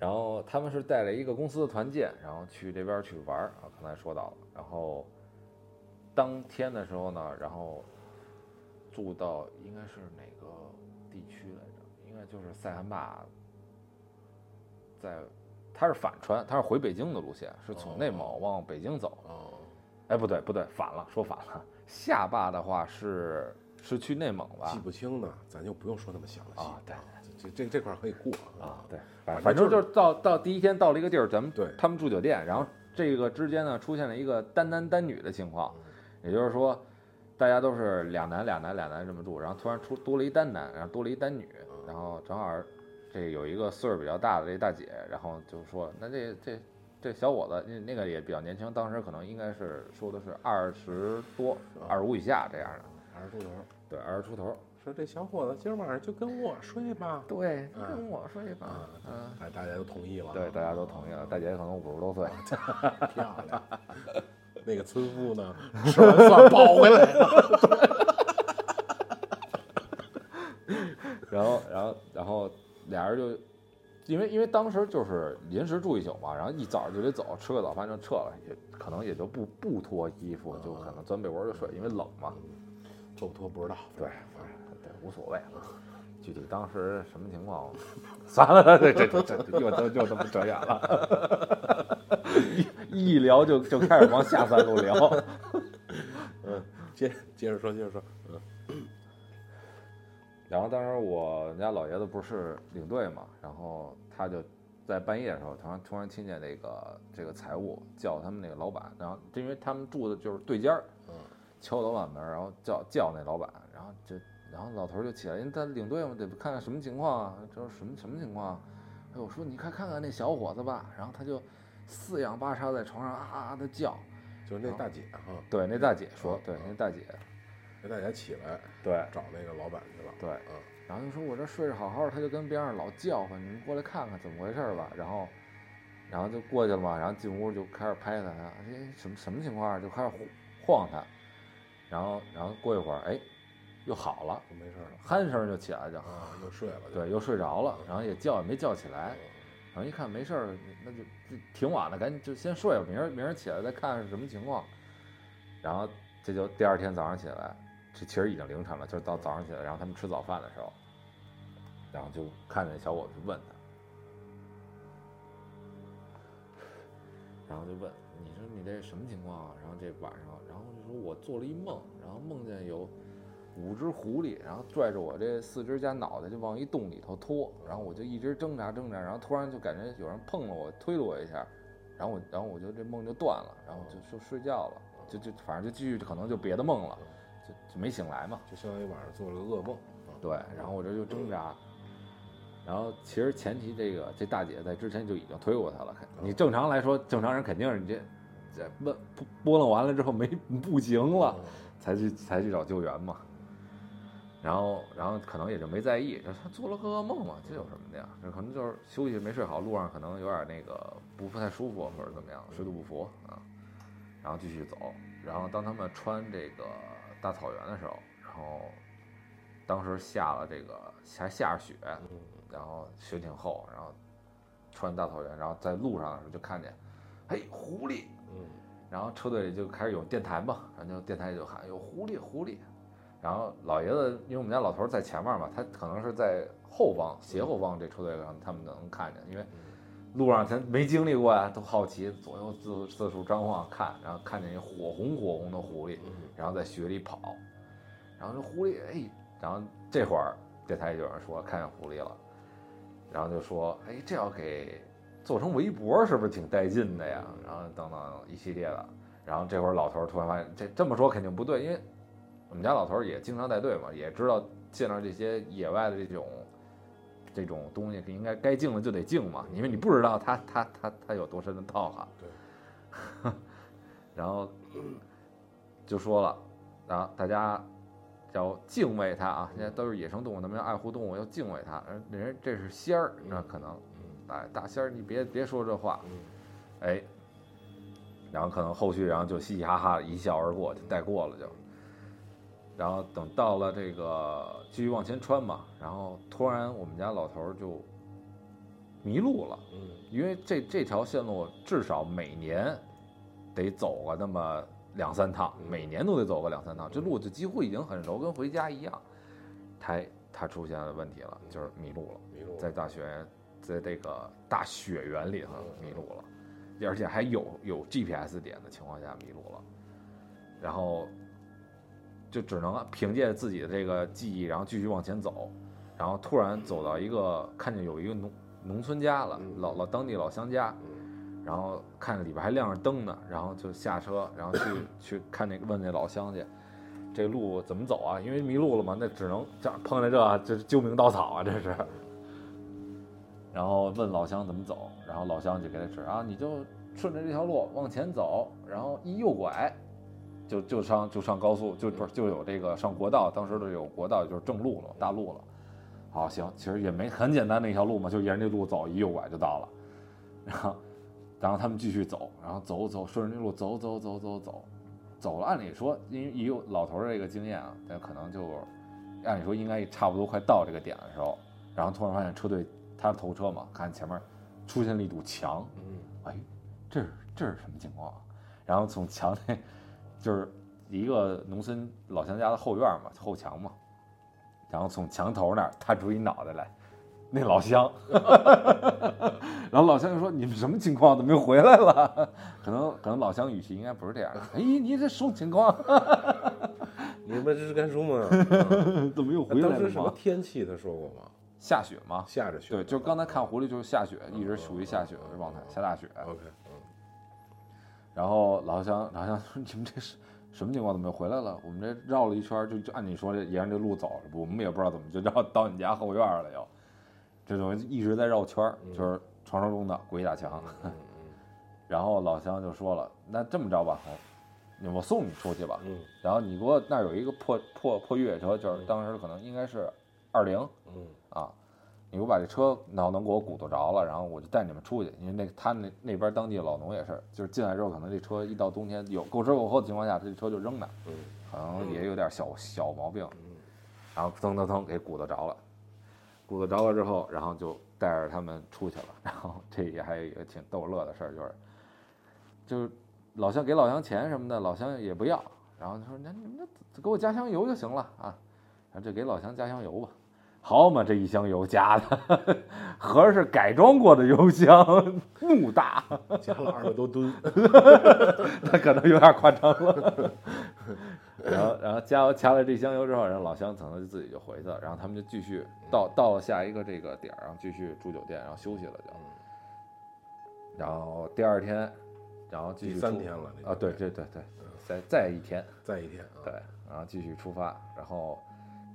[SPEAKER 2] 然后他们是带了一个公司的团建，然后去这边去玩儿啊，刚才说到了。然后当天的时候呢，然后住到应该是哪个地区来着？应该就是塞罕坝，在他是反穿，他是回北京的路线，是从内蒙往北京走。
[SPEAKER 1] 哦，
[SPEAKER 2] 哎，不对不对，反了，说反了。下坝的话是是去内蒙吧
[SPEAKER 1] 记？不清呢，咱就不用说那么详细
[SPEAKER 2] 啊对
[SPEAKER 1] 这这这块儿可以过
[SPEAKER 2] 啊，对，
[SPEAKER 1] 反正
[SPEAKER 2] 反反正
[SPEAKER 1] 就
[SPEAKER 2] 就是是到到第一天到了一个地儿，咱们
[SPEAKER 1] 对
[SPEAKER 2] 他们住酒店，然后这个之间呢出现了一个单男单女的情况，也就是说，大家都是俩男俩男俩男这么住，然后突然出多了一单男，然后多了一单女，然后正好这有一个岁数比较大的这大姐，然后就说那这这。这小伙子，那那个也比较年轻，当时可能应该是说的是二十多、二十五以下这样的，
[SPEAKER 1] 二十出头。
[SPEAKER 2] 对，二十出头。
[SPEAKER 1] 说这小伙子今儿晚上就跟我睡吧。
[SPEAKER 2] 对，
[SPEAKER 1] 嗯
[SPEAKER 2] 跟我睡吧
[SPEAKER 1] 啊。
[SPEAKER 2] 嗯，
[SPEAKER 1] 大大家都同意了，
[SPEAKER 2] 对，大家都同意了。啊大姐可能五十多岁，
[SPEAKER 1] 漂亮。那个村妇呢，吃完饭跑回来了。
[SPEAKER 2] 然后，然后，然后俩人就，因为因为当时就是临时住一宿嘛，然后一早就得走，吃个早饭就撤了，也可能也就不不脱衣服，就可能钻被窝就睡，因为冷嘛。
[SPEAKER 1] 做不脱不知道，
[SPEAKER 2] 对，反正对无所谓了。具体当时什么情况，算了，这这这这又都又他妈扯远了， 一一聊就就开始往下三路聊。
[SPEAKER 1] 接接着说，接着说，
[SPEAKER 2] 然后当时我们家老爷子不是领队嘛，然后他就在半夜的时候，突然突然听见那个这个财务叫他们那个老板，然后因为他们住的就是对间儿，
[SPEAKER 1] 嗯，
[SPEAKER 2] 敲老板门儿，然后叫叫那老板，然后就然后老头儿就起来，因为他领队嘛，得看看什么情况啊，这是什么什么情况啊？哎，我说你快看看那小伙子吧，然后他就四仰八叉在床上啊啊啊的叫，
[SPEAKER 1] 就是那大姐哈，
[SPEAKER 2] 对，那大姐说，对，那大姐，
[SPEAKER 1] 那大姐起来
[SPEAKER 2] 对
[SPEAKER 1] 找那个老板去了，
[SPEAKER 2] 对，
[SPEAKER 1] 嗯，
[SPEAKER 2] 然后就说我这睡着好好的，他就跟边上老叫唤，你们过来看看怎么回事儿吧。然后，然后就过去了嘛，然后进屋就开始拍他，然后哎什么什么情况啊？就开始晃他，然后然后过一会儿，哎，又好了，
[SPEAKER 1] 就没事了，
[SPEAKER 2] 鼾声就起来就，
[SPEAKER 1] 啊，又睡了，就，嗯
[SPEAKER 2] 对，又睡着了，然后也叫也没叫起来，然后一看没事儿，那就就挺晚了，赶紧就先睡吧，明儿明儿起来再看是什么情况。然后这就第二天早上起来，这其实已经凌晨了，就是到早上起来，然后他们吃早饭的时候，然后就看见小伙子就问他，然后就问你说你这什么情况啊？然后这晚上，然后就说我做了一梦，然后梦见有五只狐狸，然后拽着我这四肢加脑袋就往一洞里头拖，然后我就一直挣扎挣扎，然后突然就感觉有人碰了我，推了我一下，然后我然后我就这梦就断了，然后就就睡觉了，就就反正就继续可能就别的梦了，就就没醒来嘛。
[SPEAKER 1] 就相当于晚上做了个噩梦，啊，
[SPEAKER 2] 对，然后我这就挣扎。然后其实前提这个这大姐在之前就已经推过他了，肯你正常来说，正常人肯定是你这这问拨弄完了之后没不行了，才去才去找救援嘛。然后然后可能也就没在意，就他做了个噩梦嘛，这有什么的呀？这可能就是休息没睡好，路上可能有点那个不太舒服或者怎么样，水土不服啊。然后继续走，然后当他们穿这个大草原的时候，后当时下了这个还下着雪，
[SPEAKER 1] 嗯
[SPEAKER 2] 然后雪挺厚，然后穿大草原，然后在路上的时候就看见，嘿，狐狸，
[SPEAKER 4] 嗯，
[SPEAKER 2] 然后车队里就开始有电台嘛，然后就电台里就喊有狐狸狐狸，然后老爷子因为我们家老头儿在前面嘛，他可能是在后方斜后方这车队上他们能看见，因
[SPEAKER 1] 嗯
[SPEAKER 2] 为路上他没经历过呀，啊都好奇左右四四处张望看，然后看见一火红火红的狐狸，
[SPEAKER 1] 嗯
[SPEAKER 2] 然后在雪里跑，然后这狐狸哎，然后这会儿电台有人说看见狐狸了，然后就说哎这要给做成围脖是不是挺带劲的呀？然后等等一系列的，然后这会儿老头儿突然发现这这么说肯定不对，因为我们家老头儿也经常带队嘛，也知道见到这些野外的这种这种东西应该该静的就得静嘛，因为你不知道他他他他有多深的道行。
[SPEAKER 4] 对。
[SPEAKER 2] 然后就说了，然后大家要敬畏它啊，现在都是野生动物，咱们要爱护动物，要敬畏它。人人这是仙儿，那可能，哎，大仙儿你别别说这
[SPEAKER 1] 嗯
[SPEAKER 2] 话，哎，然后可能后续然后就嘻嘻哈哈一笑而过，就带过了就。然后等到了这个继续往前穿嘛，然后突然我们家老头儿就迷路了，
[SPEAKER 4] 嗯，
[SPEAKER 2] 因为这这条线路至少每年得走个那么两三趟，每年都得走个两三趟，这路就几乎已经很熟，跟回家一样。他他出现了问题了，就是迷路了。
[SPEAKER 4] 迷
[SPEAKER 1] 嗯
[SPEAKER 4] 路了
[SPEAKER 2] 在大学，在这个大雪原里头迷路了，而且还有有 GPS 点的情况下迷路了，然后就只能凭借自己的这个记忆，然后继续往前走，然后突然走到一个看见有一个农农村家了，老老当地老乡家，然后看里边还亮着灯呢，然后就下车，然后去去看那个问那老乡去。这路怎么走啊？因为迷路了嘛，那只能这样碰见这，这是救命稻草啊！这是，然后问老乡怎么走，然后老乡就给他指啊，你就顺着这条路往前走，然后一右拐，就就上就上高速，就不是就有这个上国道，当时的有国道就是正路了，大路了。好，行，其实也没很简单的一条路嘛，就沿着这路走，一右拐就到了。然后，然后他们继续走，然后走走，顺着这路走走走走走，走了。按理说，因为以有老头儿这个经验啊，他可能就按理说应该差不多快到这个点的时候，然后突然发现车队他是头车嘛，看前面出现了一堵墙，
[SPEAKER 4] 嗯
[SPEAKER 2] 哎，这是这是什么情况啊？然后从墙内，就是一个农村老乡家的后院嘛，后墙嘛，然后从墙头那儿探出一脑袋来，那老乡， 然后老乡就说：“你们什么情况？怎么又回来了？”可能可能老乡语气应该不是这样的，哎，你这什么情况？
[SPEAKER 4] 你们这是干什
[SPEAKER 1] 啊
[SPEAKER 4] 么？嗯
[SPEAKER 2] 怎么又回来
[SPEAKER 4] 当
[SPEAKER 2] 了
[SPEAKER 4] 时什么
[SPEAKER 2] 吗？
[SPEAKER 4] 天气？他说过吗？
[SPEAKER 2] 下雪吗？
[SPEAKER 4] 下着雪。
[SPEAKER 2] 对，就是刚才看狐狸就是下雪，一直处于下雪的状态，下大雪。
[SPEAKER 4] OK，
[SPEAKER 2] 然后老乡，老乡说：“你们这是什么情况？怎么又回来了？我们这绕了一圈儿，就就按你说这沿着这路走，我们也不知道怎么就绕到你家后院儿了又。这种一直在绕圈儿，就是传说中的鬼打墙。然后老乡就说了：“那这么着吧，我送你出去吧。
[SPEAKER 4] 嗯
[SPEAKER 2] 然后你给我那儿有一个破破破越野车，就是当时可能应该是二零
[SPEAKER 4] 嗯
[SPEAKER 2] 啊，你给我把这车脑能给我鼓捣着了，然后我就带你们出去。因为那他那那边当地老农也是，就是进来之后，可能这车一到冬天有够吃够喝的情况下，他这车就扔那儿，
[SPEAKER 4] 嗯
[SPEAKER 2] 可能也有点小小毛病，然后蹭蹭蹭给鼓捣着了，鼓捣着了之后，然后就带着他们出去了。然后 这也还有一个挺逗乐的事儿，就是就是老乡给老乡钱什么的，老乡也不要，然后就说那你们那给我加箱油就行了啊，然后就给老乡加箱油吧。好嘛，这一箱油加的， 合着是改装过的油箱， 怒大，
[SPEAKER 4] 嗯，加了二百多吨。
[SPEAKER 2] 他可能有点夸张了。 然后，然后加油加了这箱油之后，然后老乡可能就自己就回去了，然后他们就继续到到了下一个这个点儿，然后继续住酒店，然后休息了就。然后第二天，然 后继
[SPEAKER 4] 嗯
[SPEAKER 2] 续
[SPEAKER 4] 第三
[SPEAKER 2] 出
[SPEAKER 4] 天嗯了那
[SPEAKER 2] 啊，
[SPEAKER 4] 就
[SPEAKER 2] 对对对对，再再一天，
[SPEAKER 4] 再一天啊，
[SPEAKER 2] 对，然后继续出发，然后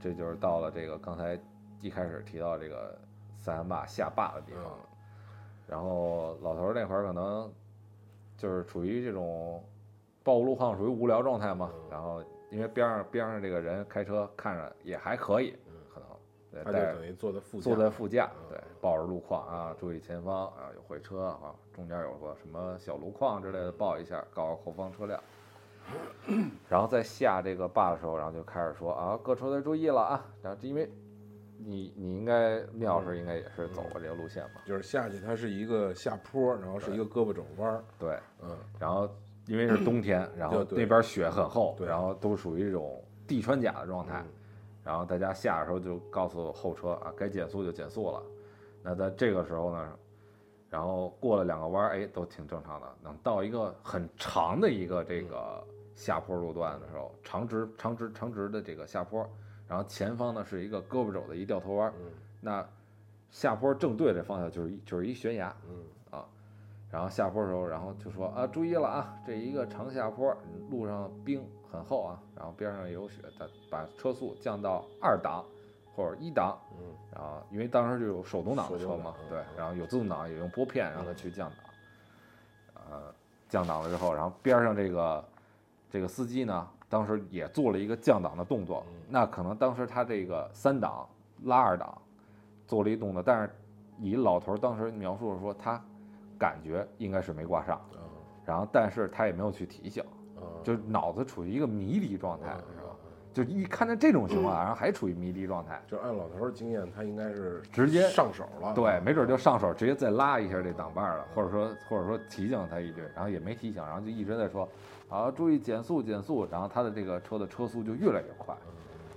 [SPEAKER 2] 这就是到了这个刚才一开始提到这个塞罕坝下坝的地方
[SPEAKER 1] 啊
[SPEAKER 4] 嗯
[SPEAKER 2] 了。然后老头儿那会儿可能就是处于这种暴露况，属于无聊状态
[SPEAKER 4] 嗯
[SPEAKER 2] 嘛。然后因为边上边上这个人开车看着也还可以，可能
[SPEAKER 4] 嗯他就
[SPEAKER 2] 对带着
[SPEAKER 4] 等于坐在副驾。
[SPEAKER 2] 坐在副
[SPEAKER 1] 嗯
[SPEAKER 2] 驾，对，抱着路况啊，注意前方啊， 有会车啊，中间有个什么小路况之类的，报一下，告诉后方车辆。然后在下这个坝的时候，然后就开始说啊，各车队注意了啊！然后这因为你你应该聂老师应该也是走过这个路线嘛，
[SPEAKER 1] 就是下去它是一个下坡，然后是一个胳膊肘弯儿，
[SPEAKER 2] 对，
[SPEAKER 1] 嗯，
[SPEAKER 2] 然后因为是冬天，然后
[SPEAKER 1] 对
[SPEAKER 2] 那边雪很厚，
[SPEAKER 1] 对嗯
[SPEAKER 2] 然后都属于一种地穿甲的状态，然后大家下的时候就告诉后车啊，该减速就减速了。那在这个时候呢，然后过了两个弯儿，哎，都挺正常的。等到一个很长的一个这个下坡路段的时候，长直长直长直的这个下坡，然后前方呢是一个胳膊肘的一掉头弯儿，
[SPEAKER 1] 嗯
[SPEAKER 2] 那下坡正对这方向就是一就是一悬崖，嗯啊，然后下坡的时候，然后就说啊，注意了啊，这一个长下坡，嗯路上冰很厚啊，然后边上也有雪，咱把车速降到二档或者一档，
[SPEAKER 1] 嗯，
[SPEAKER 2] 然后啊因为当时就有手动挡的车
[SPEAKER 1] 手动挡，
[SPEAKER 2] 嘛
[SPEAKER 1] 嗯
[SPEAKER 2] 对，然后有自动挡，也用拨片让它去降档，呃，降档了之后，然后边上这个这个司机呢，当时也做了一个降档的动作，
[SPEAKER 1] 嗯
[SPEAKER 2] 那可能当时他这个三档拉二档做了一动作，但是以老头儿当时描述说他感觉应该是没挂上，
[SPEAKER 1] 啊
[SPEAKER 2] 然后但是他也没有去提醒，
[SPEAKER 1] 啊，
[SPEAKER 2] 就哎脑子处于一个迷离状态，
[SPEAKER 1] 嗯
[SPEAKER 2] 是吧？就一看见这种情况，然后还处于迷离状态，
[SPEAKER 1] 就按老头儿的经验，他应该是
[SPEAKER 2] 直接
[SPEAKER 1] 上手了，嗯
[SPEAKER 2] 对，没准儿就上手直接再拉一下这挡把儿了，或者说或者说提醒他一句，然后也没提醒，然后就一直在说，好，注意减速减速，然后他的这个车的车速就越来越快，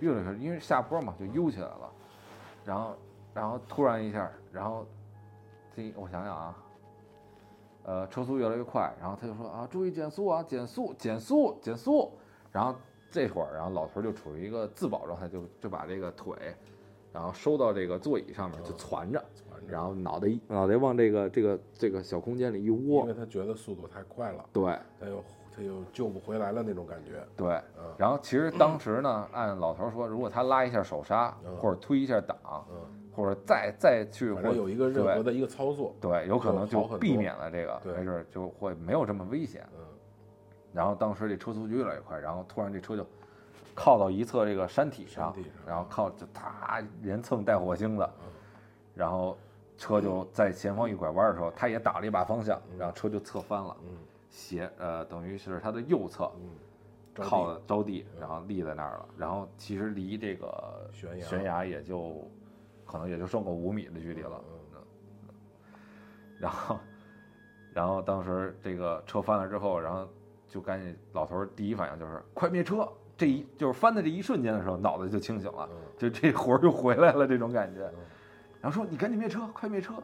[SPEAKER 2] 越来越，因为下坡嘛就悠起来了，然后然后突然一下，然后这我想想啊，呃，车速越来越快，然后他就说啊，注意减速啊，减速减速减速，然后这会儿，然后老头儿就处于一个自保状态，就就把这个腿。然后收到这个座椅上面就攒着，
[SPEAKER 1] 反正
[SPEAKER 2] 然后脑袋一脑袋往这个这个这个小空间里一
[SPEAKER 1] 因
[SPEAKER 2] 窝
[SPEAKER 1] 为，他觉得速度太快了，
[SPEAKER 2] 对
[SPEAKER 1] 他又他又救不回来了那种感觉，
[SPEAKER 2] 对
[SPEAKER 1] 嗯。
[SPEAKER 2] 然后其实当时呢，按老头说，如果他拉一下手刹
[SPEAKER 1] 嗯，
[SPEAKER 2] 或者推一下档，
[SPEAKER 1] 嗯，
[SPEAKER 2] 或者再再去，
[SPEAKER 1] 反
[SPEAKER 2] 或
[SPEAKER 1] 正
[SPEAKER 2] 者
[SPEAKER 1] 有一个任何的一个操作，
[SPEAKER 2] 对，有可能
[SPEAKER 1] 就
[SPEAKER 2] 就
[SPEAKER 1] 好很多
[SPEAKER 2] 避免了这个，
[SPEAKER 1] 对
[SPEAKER 2] 没准就会没有这么危险。
[SPEAKER 1] 嗯
[SPEAKER 2] 然后当时这车速就越来越快，然后突然这车就靠到一侧这个山体上，
[SPEAKER 1] 山体上
[SPEAKER 2] 然后靠就他人蹭带火星的
[SPEAKER 1] 嗯，
[SPEAKER 2] 然后车就在前方一拐弯的时候，他也打了一把方向，然后车就侧翻了，
[SPEAKER 1] 嗯
[SPEAKER 2] 斜呃等于是他的右侧
[SPEAKER 1] 嗯，着地
[SPEAKER 2] 靠着地，然后立在那儿了，然后其实离这个
[SPEAKER 1] 悬崖
[SPEAKER 2] 悬崖也就可能也就剩个五米的距离了，嗯，然后。然后当时这个车翻了之后，然后就赶紧，老头儿第一反应就是快灭车。这一就是翻的这一瞬间的时候，脑袋就清醒了，
[SPEAKER 1] 嗯
[SPEAKER 2] 就这活儿又回来了这种感觉。然后说你赶紧灭车，快灭车。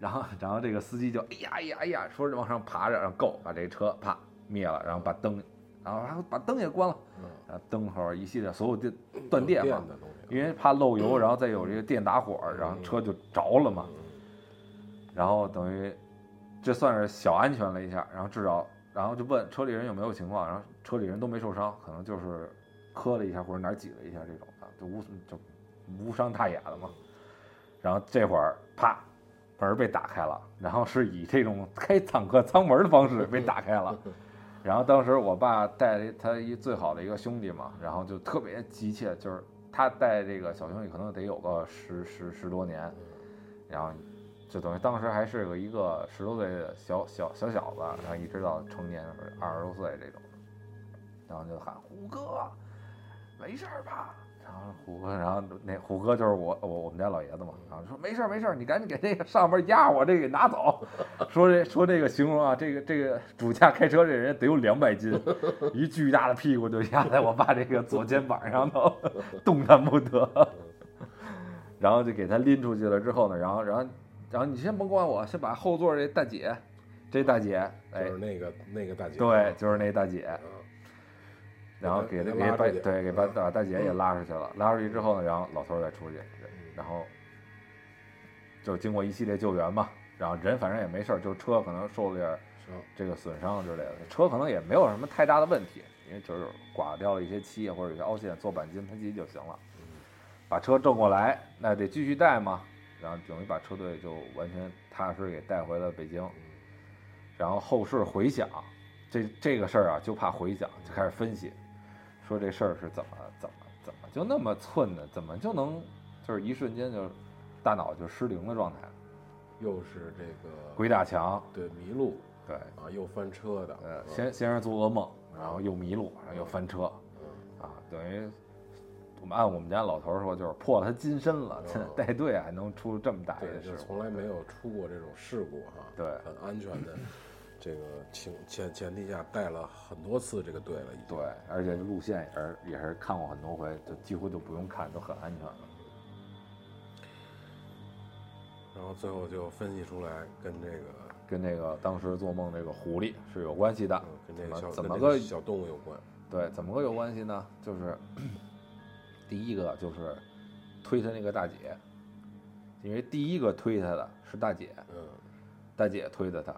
[SPEAKER 2] 然后然后这个司机就哎呀哎呀哎呀，说是往上爬着，然后够把这车啪灭了，然后把灯，然后然后把灯也关了，然后灯后一系列所有电断电嘛
[SPEAKER 1] 嗯有，的东西，
[SPEAKER 2] 因为怕漏油，然后再有这个电打火，然后车就着了嘛。然后等于这算是小安全了一下，然后至少，然后就问车里人有没有情况，然后车里人都没受伤，可能就是磕了一下或者哪儿挤了一下这种的，就无就无伤大雅的嘛。然后这会儿啪，门儿被打开了，然后是以这种开坦克舱门儿的方式被打开了。然后当时我爸带了他一最好的一个兄弟嘛，然后就特别急切，就是他带这个小兄弟可能得有个十十十多年，然后就等于当时还是个一个十多岁的小小小小子，然后一直到成年二十多岁这种，然后就喊胡哥，没事儿吧？然后虎哥，然后那虎哥就是我，我我们家老爷子嘛，然后说没事儿没事儿，你赶紧给这个上边压我这个给拿走。 说这说这个形容啊，这个这个主驾开车这人得有两百斤，一巨大的屁股就压在我爸这个左肩膀上头， 动弹不得。然后就给他拎出去了之后呢，然后然后然后你先甭管我，先把后座这大姐，这大姐，哎
[SPEAKER 1] 就，是那个那个大姐，啊
[SPEAKER 2] 对，就是那大姐，然后给
[SPEAKER 1] 给她
[SPEAKER 2] 她
[SPEAKER 1] 拉出
[SPEAKER 2] 给把
[SPEAKER 1] 去嗯
[SPEAKER 2] 对给把把大姐也拉出去了，拉出去之后呢，然后老头儿再出去，
[SPEAKER 1] 嗯
[SPEAKER 2] 然后就经过一系列救援嘛，然后人反正也没事儿，就是车可能受了点儿
[SPEAKER 1] 行，
[SPEAKER 2] 这个损伤之类的，车可能也没有什么太大的问题，因为就是刮掉了一些漆啊或者有些凹陷，做钣金喷漆就行了。
[SPEAKER 1] 嗯
[SPEAKER 2] 把车正过来，那得继续带嘛，然后等于把车队就完全踏实给带回了北京。
[SPEAKER 1] 嗯
[SPEAKER 2] 然后后事回想，这这个事儿啊，就怕回想，就开始分析，说这事儿是怎么怎么怎么就那么寸呢？怎么就能就是一瞬间就大脑就失灵的状态？
[SPEAKER 1] 又是这个
[SPEAKER 2] 鬼打墙，
[SPEAKER 1] 对麋鹿，
[SPEAKER 2] 对，
[SPEAKER 1] 啊，又翻车的，啊
[SPEAKER 2] 呃，先先是做噩梦，然后又迷路，然后又翻车，啊，等于我们按我们家老头儿说，就是破了他金身了，现在 带队还能出这么大一
[SPEAKER 1] 对，
[SPEAKER 2] 个事
[SPEAKER 1] 就
[SPEAKER 2] 故，
[SPEAKER 1] 从来没有出过这种事故哈。
[SPEAKER 2] 对
[SPEAKER 1] 很安全 的这个情前前提下带了很多次这个队了，已经。
[SPEAKER 2] 对，而且路线也是也是看过很多回，就几乎就不用看，都很安全了。
[SPEAKER 1] 然后最后就分析出来跟这个
[SPEAKER 2] 跟那个当时做梦这个狐狸是有关系的
[SPEAKER 1] 嗯，跟这
[SPEAKER 2] 啊怎
[SPEAKER 1] 个小
[SPEAKER 2] 么怎
[SPEAKER 1] 跟
[SPEAKER 2] 么
[SPEAKER 1] 这
[SPEAKER 2] 个
[SPEAKER 1] 小动物有关。
[SPEAKER 2] 对，怎么个有关系呢？就是第一个就是推他那个大姐，因为第一个推他的是大姐，
[SPEAKER 1] 嗯，
[SPEAKER 2] 大姐推的他，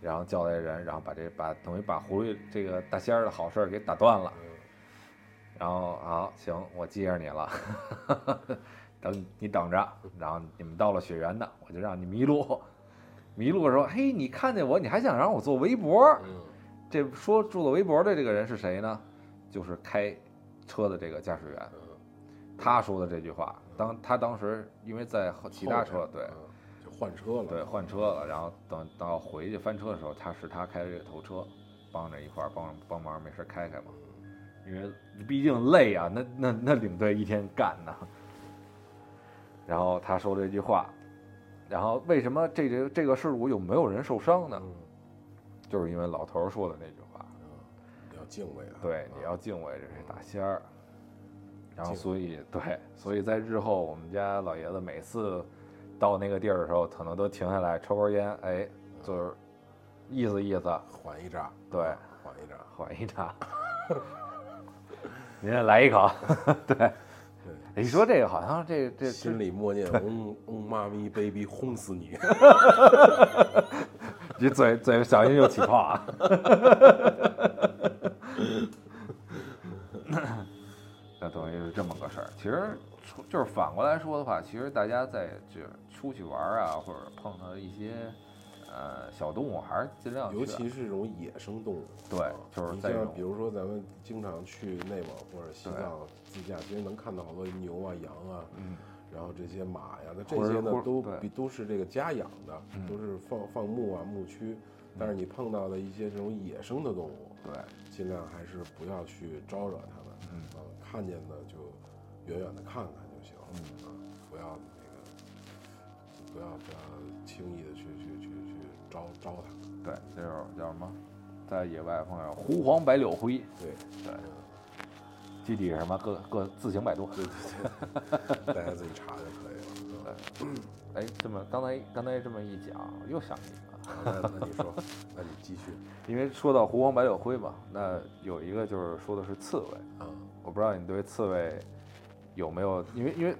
[SPEAKER 2] 然后叫来人，然后把这把等于把狐狸这个大仙儿的好事儿给打断了，然后好行，我接着你了， 等你等着，然后你们到了雪原呢，我就让你迷路，迷路的时候，嘿，你看见我，你还想让我做围脖？
[SPEAKER 1] 嗯
[SPEAKER 2] 这说住了围脖的这个人是谁呢？就是开车的这个驾驶员，
[SPEAKER 1] 嗯
[SPEAKER 2] 他说的这句话。当他当时因为在后其他车
[SPEAKER 1] 后边
[SPEAKER 2] 对
[SPEAKER 1] 嗯就换车了。
[SPEAKER 2] 对换车了，然后等到回去翻车的时候，他是他开的这个头车，帮着一块儿帮帮忙没事开开嘛，
[SPEAKER 1] 嗯
[SPEAKER 2] 因为毕竟累啊，那那那领队一天干呢。然后他说这句话，然后为什么这这这个事故有没有人受伤呢？
[SPEAKER 1] 嗯，
[SPEAKER 2] 就是因为老头儿说的那句话。
[SPEAKER 1] 你要敬畏啊。
[SPEAKER 2] 对，你
[SPEAKER 1] 啊
[SPEAKER 2] 要敬畏这是大仙儿。然后，
[SPEAKER 1] 敬
[SPEAKER 2] 所以对，所以在日后我们家老爷子每次到那个地儿的时候，可能都停下来抽根烟，哎，就是意思意思，
[SPEAKER 1] 缓一扎。
[SPEAKER 2] 对
[SPEAKER 1] 啊缓一扎。
[SPEAKER 2] 缓一扎。 您也来 一口，对。你说这个好像这这这
[SPEAKER 1] 心里默念“ 嗡嗡妈咪 baby 轰死你
[SPEAKER 2] 啊你嘴嘴小心又起泡啊！那等于是这么个事儿。其实出就是反过来说的话，其实大家在就是出去玩儿啊，或者碰到一些呃小动物，还是尽”，量去
[SPEAKER 1] 尤其是这种野生动物。
[SPEAKER 2] 对
[SPEAKER 1] 啊，
[SPEAKER 2] 就是
[SPEAKER 1] 你
[SPEAKER 2] 在这
[SPEAKER 1] 像比
[SPEAKER 2] 种
[SPEAKER 1] 如说咱们经常去内蒙或者西
[SPEAKER 2] 对
[SPEAKER 1] 藏自驾，其实能看到好多牛啊、羊啊，
[SPEAKER 2] 嗯
[SPEAKER 1] 然后这些马呀，那
[SPEAKER 2] 或
[SPEAKER 1] 这
[SPEAKER 2] 者
[SPEAKER 1] 些
[SPEAKER 2] 或
[SPEAKER 1] 呢都
[SPEAKER 2] 对
[SPEAKER 1] 比都是这个家养的，
[SPEAKER 2] 嗯
[SPEAKER 1] 都是放放牧啊牧区。但是你碰到的一些这种野生的动物，
[SPEAKER 2] 对
[SPEAKER 1] 尽量还是不要去招惹它们。
[SPEAKER 2] 嗯
[SPEAKER 1] 啊，看见的就远远的看看就行。
[SPEAKER 2] 嗯
[SPEAKER 1] 啊，不要那个，不要不要轻易的去去去去招招它们。
[SPEAKER 2] 对，就是叫什么，在野外碰上狐黄白柳灰，
[SPEAKER 1] 对，
[SPEAKER 2] 对，具体是什么各各自行百度。
[SPEAKER 1] 对对对， 大家自己查就可以了。
[SPEAKER 2] 哎，这么刚才刚才这么一讲，又想起一个。
[SPEAKER 1] 啊，那那你说，那你继续
[SPEAKER 2] 因为说到狐黄白柳灰嘛，那有一个就是说的是刺猬，
[SPEAKER 1] 啊。
[SPEAKER 2] 我不知道你对刺猬有没有，因为因为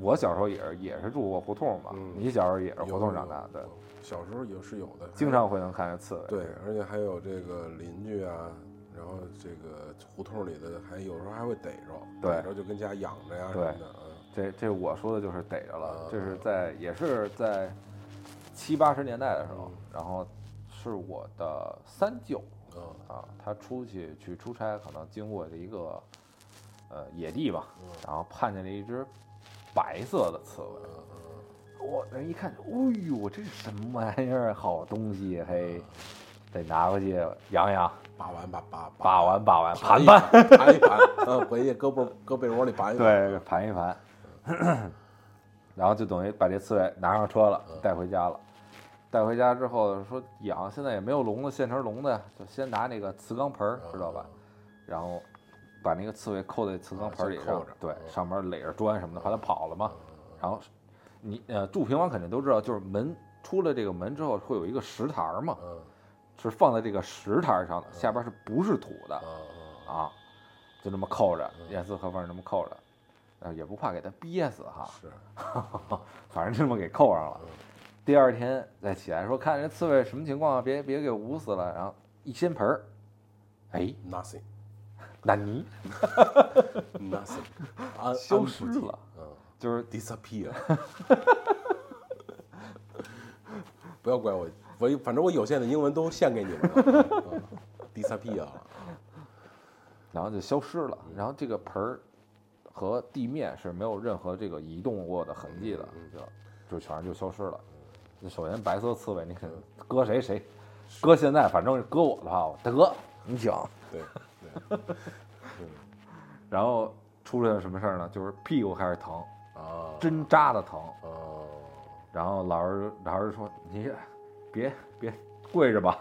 [SPEAKER 2] 我小时候也是也是住过胡同嘛，
[SPEAKER 1] 嗯
[SPEAKER 2] 你小时候也是
[SPEAKER 1] 有
[SPEAKER 2] 胡同长
[SPEAKER 1] 有
[SPEAKER 2] 大，对，
[SPEAKER 1] 有小时候也是有的，
[SPEAKER 2] 经常会能看见刺猬，
[SPEAKER 1] 对，而且还有这个邻居啊，然后这个胡同里的还有时候还会逮着，
[SPEAKER 2] 对
[SPEAKER 1] 逮着就跟家养着呀什么的，嗯
[SPEAKER 2] 这这我说的就是逮着了
[SPEAKER 1] 啊，
[SPEAKER 2] 这是在也是在七八十年代的时候，然后是我的三舅
[SPEAKER 1] 嗯
[SPEAKER 2] 啊，他出去去出差，可能经过的一个呃野地吧，
[SPEAKER 1] 嗯
[SPEAKER 2] 然后看见了一只白色的刺猬。
[SPEAKER 1] 嗯嗯
[SPEAKER 2] 我那一看，哎呦，这是什么玩意儿？好东西，嘿，得拿回去养养，
[SPEAKER 1] 嗯，把玩把把
[SPEAKER 2] 把玩把玩，盘
[SPEAKER 1] 一
[SPEAKER 2] 盘，
[SPEAKER 1] 盘一盘，嗯，回去搁被搁被窝里盘一盘，
[SPEAKER 2] 对，盘一盘， 然后就等于把这刺猬拿上车了，
[SPEAKER 1] 嗯
[SPEAKER 2] 带回家了。带回家之后说养，现在也没有笼子，现成笼子呀，就先拿那个瓷缸盆儿，知道吧？然后把那个刺猬扣在瓷缸盆儿里，
[SPEAKER 1] 嗯啊先
[SPEAKER 2] 然
[SPEAKER 1] 扣着
[SPEAKER 2] 后
[SPEAKER 1] 嗯
[SPEAKER 2] 对，上面垒着砖什么的，怕它跑了嘛。然后你呃住平房肯定都知道，就是门出了这个门之后会有一个石台儿嘛，
[SPEAKER 1] 嗯
[SPEAKER 2] 是放在这个石台上的，下边是不是土的
[SPEAKER 1] 嗯嗯
[SPEAKER 2] 啊？就这么扣着，严丝合缝地这么扣着，呃，也不怕给它憋死哈，
[SPEAKER 1] 是，
[SPEAKER 2] 反正就这么给扣上了。第二天再起来说，看这刺猬什么情况啊，别别给捂死了。然后一掀盆儿，哎，
[SPEAKER 1] nothing
[SPEAKER 2] 那泥
[SPEAKER 1] nothing，安
[SPEAKER 2] 消失，了，
[SPEAKER 1] 嗯
[SPEAKER 2] 就是
[SPEAKER 1] ，disappear，不要怪我，我反正我有限的英文都献给你们了嗯，disappear 了，
[SPEAKER 2] 然后就消失了。然后这个盆儿和地面是没有任何这个移动过的痕迹的，就就全是就消失了。那首先白色刺猬，你肯搁谁谁搁现在反正搁我的话，我大哥你请。
[SPEAKER 1] 对，
[SPEAKER 2] 然后出现了什么事儿呢？就是屁股开始疼，
[SPEAKER 1] 啊，
[SPEAKER 2] 针扎的疼。
[SPEAKER 1] 哦，
[SPEAKER 2] 然后老师老师说你别别跪着吧，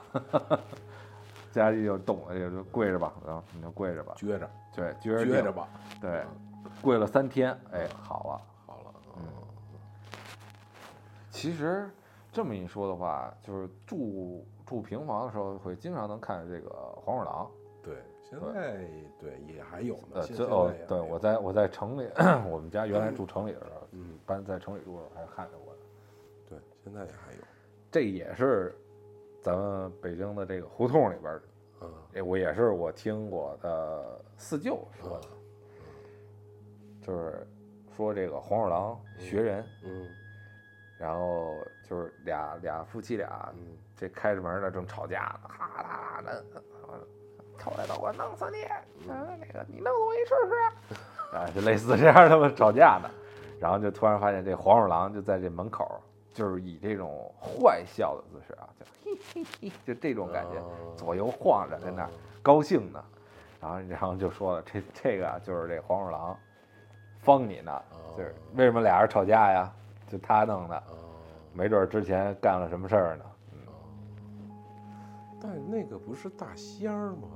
[SPEAKER 2] 佳丽就懂了，也就跪着吧，然后你就跪着吧，
[SPEAKER 1] 撅着，
[SPEAKER 2] 对，撅着
[SPEAKER 1] 撅
[SPEAKER 2] 腚
[SPEAKER 1] 着吧，
[SPEAKER 2] 对，跪了三天，哎，好了。嗯
[SPEAKER 1] 好了，
[SPEAKER 2] 其实这么一说的话，就是住住平房的时候，会经常能看见这个黄鼠狼。
[SPEAKER 1] 对，现在对也还有呢，
[SPEAKER 2] 呃，
[SPEAKER 1] 现
[SPEAKER 2] 这
[SPEAKER 1] 现
[SPEAKER 2] 哦
[SPEAKER 1] 在也，
[SPEAKER 2] 对
[SPEAKER 1] 还有
[SPEAKER 2] 我在我在城里， 我们家原来住城里的时候，
[SPEAKER 1] 嗯，
[SPEAKER 2] 搬在城里住的时候还看见过的。
[SPEAKER 1] 对，现在也还有，
[SPEAKER 2] 这也是咱们北京的这个胡同里边儿，
[SPEAKER 1] 嗯
[SPEAKER 2] 哎，我也是我听我的四舅说的，就是说这个黄鼠狼学人，
[SPEAKER 1] 嗯
[SPEAKER 2] 然后就是俩俩夫妻俩
[SPEAKER 1] 嗯，
[SPEAKER 2] 这开着门呢，正吵架呢，哈啦啦的，完了过来我弄死你！啊，那个你弄死我一试试！ 啊，就类似这样他们吵架呢，然后就突然发现这黄鼠狼就在这门口，就是以这种坏笑的姿势啊，就嘿嘿嘿，就这种感觉，
[SPEAKER 1] 觉，
[SPEAKER 2] 左右晃着在那儿高兴呢，然后然后就说了，这这个啊就是这黄鼠狼方你呢，就是为什么俩人吵架呀？就他弄的，
[SPEAKER 1] 哦
[SPEAKER 2] 没准儿之前干了什么事儿呢。
[SPEAKER 1] 但那个不是大仙儿吗？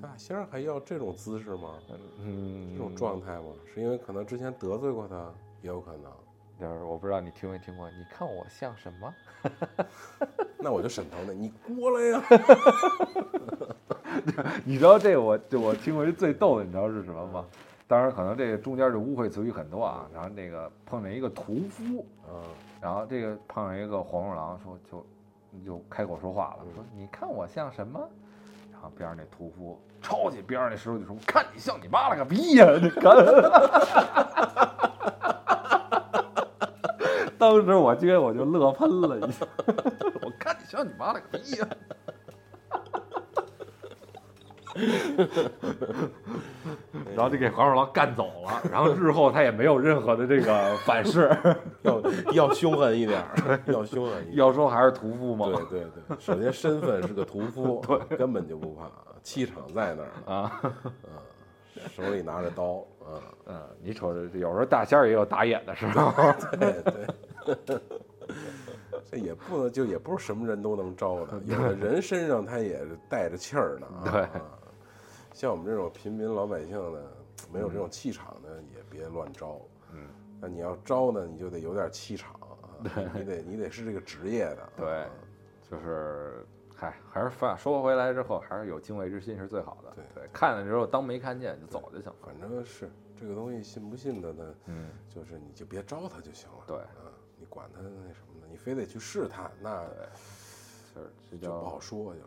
[SPEAKER 1] 大仙儿还要这种姿势吗？
[SPEAKER 2] 嗯，
[SPEAKER 1] 这种状态吗？是因为可能之前得罪过他，也有可能。
[SPEAKER 2] 就是我不知道你听没听过，你看我像什么？
[SPEAKER 1] 那我就沈腾的，你过来呀！
[SPEAKER 2] 你知道这我这我听过这最逗的，你知道是什么吗？当然，可能这个中间就污秽词语很多啊。然后那个碰见一个屠夫，
[SPEAKER 1] 啊，
[SPEAKER 2] 然后这个碰见一个黄鼠狼，说就就开口说话了，说你看我像什么？然后边上那屠夫抄起边上那石头就说：“我看你像你妈了个逼呀、你看， 当时我觉得我就乐喷了，已经。 我看你像你妈了个逼呀、 然后就给黄鼠狼干走了，然后日后他也没有任何的这个反噬。
[SPEAKER 1] 要要凶狠一点儿，要凶狠一点儿。
[SPEAKER 2] 要说还是屠夫吗？
[SPEAKER 1] 对对对，首先身份是个屠夫，根本就不怕，气场在那儿呢，
[SPEAKER 2] 啊，
[SPEAKER 1] 手里拿着刀，啊，
[SPEAKER 2] 嗯，你瞅着，有时候大仙儿也有打眼的时候。
[SPEAKER 1] 对对。 这也不能，就也不是什么人都能招的，有的人身上他也是带着气儿呢、啊。
[SPEAKER 2] 对
[SPEAKER 1] 啊，像我们这种平民老百姓呢，没有这种气场的也别乱招。
[SPEAKER 2] 嗯，
[SPEAKER 1] 那你要招呢，你就得有点气场啊，你得你得是这个职业的啊。
[SPEAKER 2] 对，就是，嗨，还是反说回来之后，还是有敬畏之心是最好的。
[SPEAKER 1] 对
[SPEAKER 2] 对，看了之后当没看见就走就行了。
[SPEAKER 1] 反正是这个东西，信不信的呢，
[SPEAKER 2] 嗯，
[SPEAKER 1] 就是你就别招他就行了。
[SPEAKER 2] 对
[SPEAKER 1] 啊，你管他那什么呢？你非得去试探，那
[SPEAKER 2] 就是这
[SPEAKER 1] 就不
[SPEAKER 2] 叫
[SPEAKER 1] 好说就。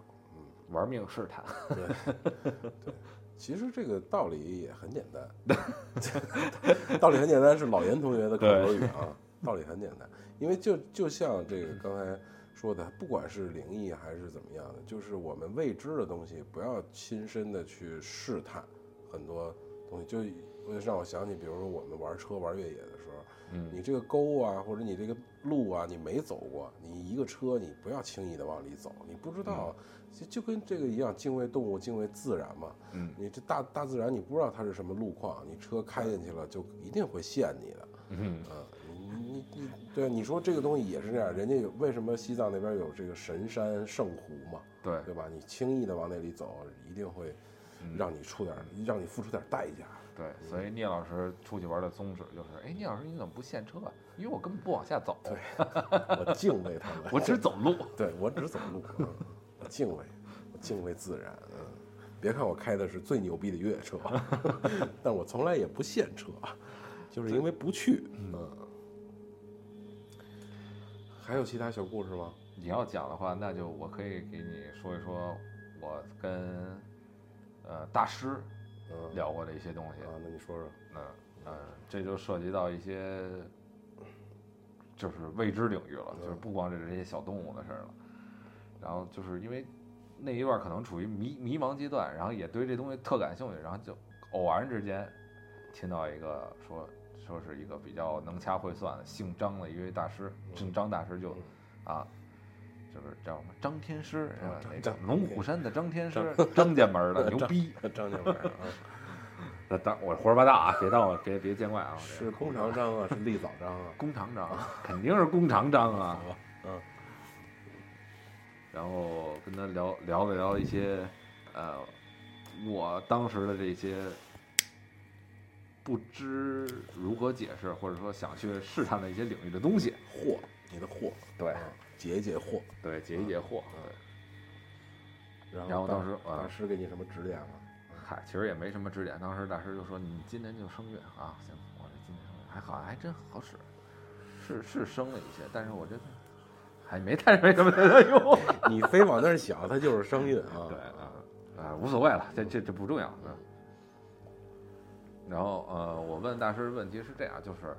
[SPEAKER 2] 玩命试探。
[SPEAKER 1] 对，对，其实这个道理也很简单，道理很简单是老严同学的口头语啊，道理很简单，因为就就像这个刚才说的，不管是灵异还是怎么样的，就是我们未知的东西，不要亲身的去试探很多东西，就就让我想起，比如说我们玩车玩越野的时候。
[SPEAKER 2] 嗯
[SPEAKER 1] 你这个沟啊，或者你这个路啊，你没走过，你一个车你不要轻易的往里走，你不知道，就就跟这个一样，敬畏动物，敬畏自然嘛。
[SPEAKER 2] 嗯
[SPEAKER 1] 你这大大自然，你不知道它是什么路况，你车开进去了就一定会陷你的。
[SPEAKER 2] 嗯，
[SPEAKER 1] 啊，你你你，对，啊你说这个东西也是这样，人家有为什么西藏那边有这个神山圣湖嘛，
[SPEAKER 2] 对，
[SPEAKER 1] 对吧？你轻易的往那里走，一定会
[SPEAKER 2] 嗯
[SPEAKER 1] 让你出点，让你付出点代价。
[SPEAKER 2] 对，所以聂老师出去玩的宗旨就是，哎，聂老师你怎么不限车啊？因为我根本不往下走，
[SPEAKER 1] 我敬畏他们，
[SPEAKER 2] 我只走路。
[SPEAKER 1] 对我只走路，嗯我敬畏，我敬畏自然。嗯，别看我开的是最牛逼的越野车， 但我从来也不限车，就是因为不去。嗯，还有其他小故事吗？
[SPEAKER 2] 你要讲的话，那就我可以给你说一说我跟呃大师
[SPEAKER 1] 嗯，
[SPEAKER 2] 聊过的一些东西。
[SPEAKER 1] 啊，那你说说。
[SPEAKER 2] 嗯嗯，这就涉及到一些就是未知领域了，就是不光是这些小动物的事儿了。然后就是因为那一段可能处于迷迷茫阶段，然后也对这东西特感兴趣，然后就偶然之间听到一个说说是一
[SPEAKER 1] 嗯
[SPEAKER 2] 个比较能掐会算、姓张的一位大师，姓张大师就啊就是叫什么张天师，
[SPEAKER 1] 张
[SPEAKER 2] 呃那
[SPEAKER 1] 张
[SPEAKER 2] 个龙虎山的张天师，张家门的牛逼。
[SPEAKER 1] 张景文 啊，
[SPEAKER 2] 那当我胡说八道啊，别当我别别见怪啊。这
[SPEAKER 1] 是弓长张啊，是立早张 啊，
[SPEAKER 2] 弓长章，肯定是弓长章啊。
[SPEAKER 1] 嗯，
[SPEAKER 2] 然后跟他聊聊了聊一些，呃，我当时的这些不知如何解释，或者说想去试探的一些领域的东西。嗯
[SPEAKER 1] 货，你的货，
[SPEAKER 2] 对
[SPEAKER 1] 啊解一解货。
[SPEAKER 2] 对，解一解惑。对
[SPEAKER 1] 然
[SPEAKER 2] 嗯然后
[SPEAKER 1] 大
[SPEAKER 2] 当时啊
[SPEAKER 1] 大师给你什么指点了？
[SPEAKER 2] 嗨，其实也没什么指点。当时大师就说：“你今年就升月啊，行，我这今年升月还好，还真好使，是是升了一些，但是我这还没太没什么太大用。
[SPEAKER 1] 你非往那儿想，它就是声音啊。
[SPEAKER 2] 对啊，啊无所谓了，这这这不重要。嗯。然后呃，我问大师问题是这样，就是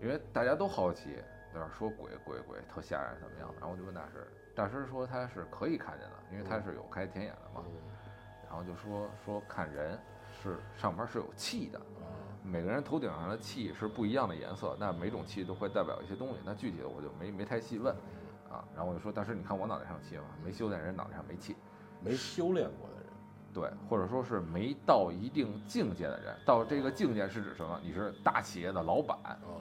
[SPEAKER 2] 因为大家都好奇，就是说鬼鬼鬼特吓人怎么样？然后我就问大师，大师说他是可以看见的，因为他是有开天眼的嘛。然后就说说看人是上面是有气的，
[SPEAKER 1] 嗯啊
[SPEAKER 2] 每个人头顶上的气是不一样的颜色，那每种气都会代表一些东西。那具体的我就没没太细问啊。然后我就说，但是你看我脑袋上有气吗？没修炼人脑袋上没气，
[SPEAKER 1] 没修炼过的人，
[SPEAKER 2] 对，或者说是没到一定境界的人。到这个境界是指什么？你是大企业的老板，
[SPEAKER 1] 哦，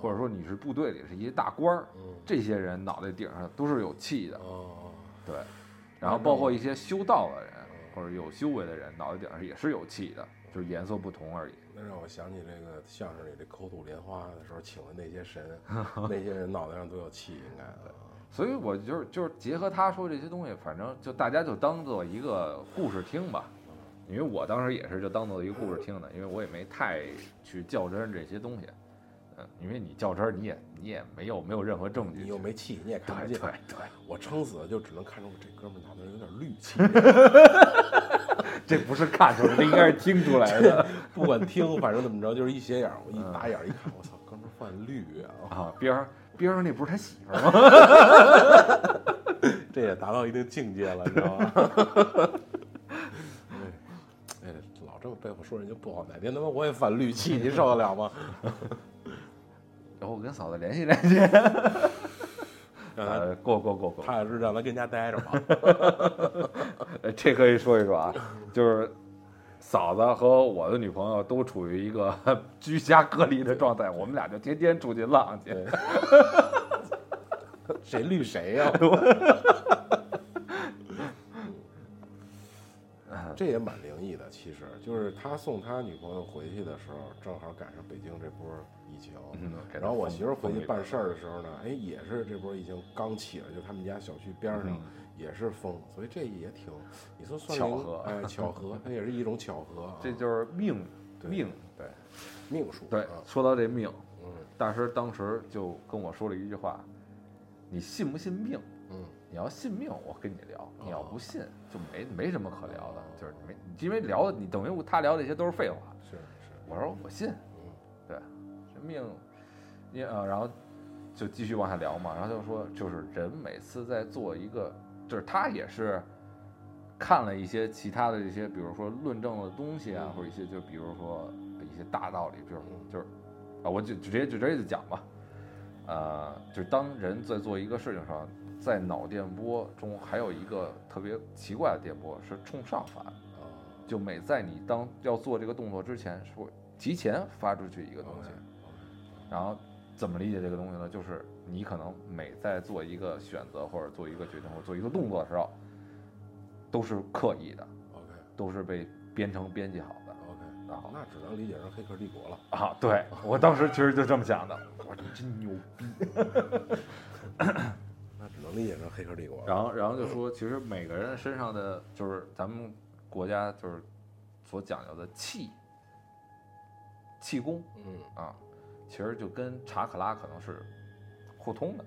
[SPEAKER 2] 或者说你是部队里是一大官儿，
[SPEAKER 1] 嗯，
[SPEAKER 2] 这些人脑袋顶上都是有气的。
[SPEAKER 1] 哦，
[SPEAKER 2] 对，然后包括一些修道的人或者有修为的人，脑袋顶上也是有气的，就是颜色不同而已。
[SPEAKER 1] 那让我想起这个相声里这口吐莲花的时候，请的那些 神，那些人脑袋上都有气，应该的。
[SPEAKER 2] 所以我就是就是结合他说这些东西，反正就大家就当做一个故事听吧。
[SPEAKER 1] 嗯
[SPEAKER 2] 因为我当时也是就当做一个故事听的，因为我也没太去较真儿这些东西。嗯，因为你较真儿，你也你也没有没有任何证据
[SPEAKER 1] 你。又没气，你也看
[SPEAKER 2] 对
[SPEAKER 1] 不
[SPEAKER 2] 对
[SPEAKER 1] 见。
[SPEAKER 2] 对，
[SPEAKER 1] 我撑死了就只能看出这哥们儿脑袋有点 绿气，
[SPEAKER 2] 这不是看出来，这应该是听出来的
[SPEAKER 1] 不管听反正怎么着，就是一斜眼儿，我一打眼儿一看，我操，哥们儿换绿 啊！
[SPEAKER 2] 啊。边儿边上那不是他媳妇儿吗？
[SPEAKER 1] 这也达到一定境界了，你知道吗？ 哎，哎老这么背后说人就不好，哪天他妈我也反绿气，你受得了 吗？
[SPEAKER 2] 然后我跟嫂子联系联系。
[SPEAKER 1] 让他
[SPEAKER 2] 呃，过过过过，
[SPEAKER 1] 踏踏实实让他跟家待着吧。
[SPEAKER 2] 呃，这可以说一说啊，就是嫂子和我的女朋友都处于一个 居家隔离的状态，我们俩就天天出去浪去。
[SPEAKER 1] 谁绿谁啊呀、这也蛮灵异的，其实就是他送他女朋友回去的时候，正好赶上北京这波疫情。
[SPEAKER 2] 嗯
[SPEAKER 1] 然后我媳妇儿回去办事儿的时候呢，哎，也是这波疫情刚起来，就他们家小区边儿上
[SPEAKER 2] 嗯
[SPEAKER 1] 也是封，所以这也挺，你说算
[SPEAKER 2] 巧
[SPEAKER 1] 灵
[SPEAKER 2] 合
[SPEAKER 1] 哎，巧合，它也是一种巧合啊，
[SPEAKER 2] 这就是命
[SPEAKER 1] 对
[SPEAKER 2] 命对
[SPEAKER 1] 命数。
[SPEAKER 2] 对
[SPEAKER 1] 啊，
[SPEAKER 2] 说到这命，
[SPEAKER 1] 嗯
[SPEAKER 2] 大师当时就跟我说了一句话：“你信不信命？
[SPEAKER 1] 嗯，
[SPEAKER 2] 你要信命，我跟你聊；你
[SPEAKER 1] 哦
[SPEAKER 2] 要不信，就没没什么可聊的，就是没因为聊的你等于他聊这些都是废话。”
[SPEAKER 1] 是是，
[SPEAKER 2] 我说我信，
[SPEAKER 1] 嗯
[SPEAKER 2] 对，这命，你呃，然后就继续往下聊嘛，然后就说，就是人每次在做一个，就是他也是看了一些其他的一些，比如说论证的东西啊，或者一些就比如说一些大道理，比如
[SPEAKER 1] 嗯
[SPEAKER 2] 就是啊，我就直接就直接就讲吧，呃，就是当人在做一个事情上，在脑电波中还有一个特别奇怪的电波是冲上发的。
[SPEAKER 1] 啊，
[SPEAKER 2] 就每在你当要做这个动作之前，是会提前发出去一个东西。然后怎么理解这个东西呢？就是你可能每在做一个选择或者做一个决定或者做一个动作的时候，都是刻意的，
[SPEAKER 1] OK
[SPEAKER 2] 都是被编程编辑好
[SPEAKER 1] OK，
[SPEAKER 2] 的。啊
[SPEAKER 1] 那只能理解成《黑客帝国》了。
[SPEAKER 2] 啊，对我当时其实就这么想的，我说你真牛逼。
[SPEAKER 1] 那只能理解成《黑客帝国》了。
[SPEAKER 2] 然后，然后就说，其实每个人身上的就是咱们国家就是所讲究的气气功，
[SPEAKER 1] 嗯，
[SPEAKER 2] 啊，其实就跟查克拉可能是互通的，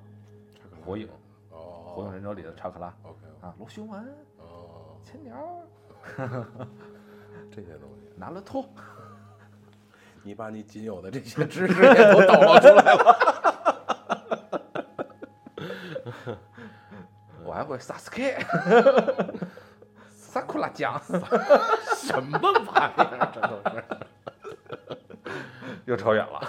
[SPEAKER 1] 查克拉
[SPEAKER 2] 火影《
[SPEAKER 1] 哦，
[SPEAKER 2] 火影忍者》里的查克拉
[SPEAKER 1] OK
[SPEAKER 2] 啊，罗修丸、
[SPEAKER 1] 哦，
[SPEAKER 2] 千鸟、
[SPEAKER 1] 这些东西，
[SPEAKER 2] 拿了托，
[SPEAKER 1] 你把你仅有的这些知识也都抖露出来了。
[SPEAKER 2] 我还会萨斯 克、萨库拉酱，
[SPEAKER 1] 什么玩意儿？这都是
[SPEAKER 2] 又扯远了。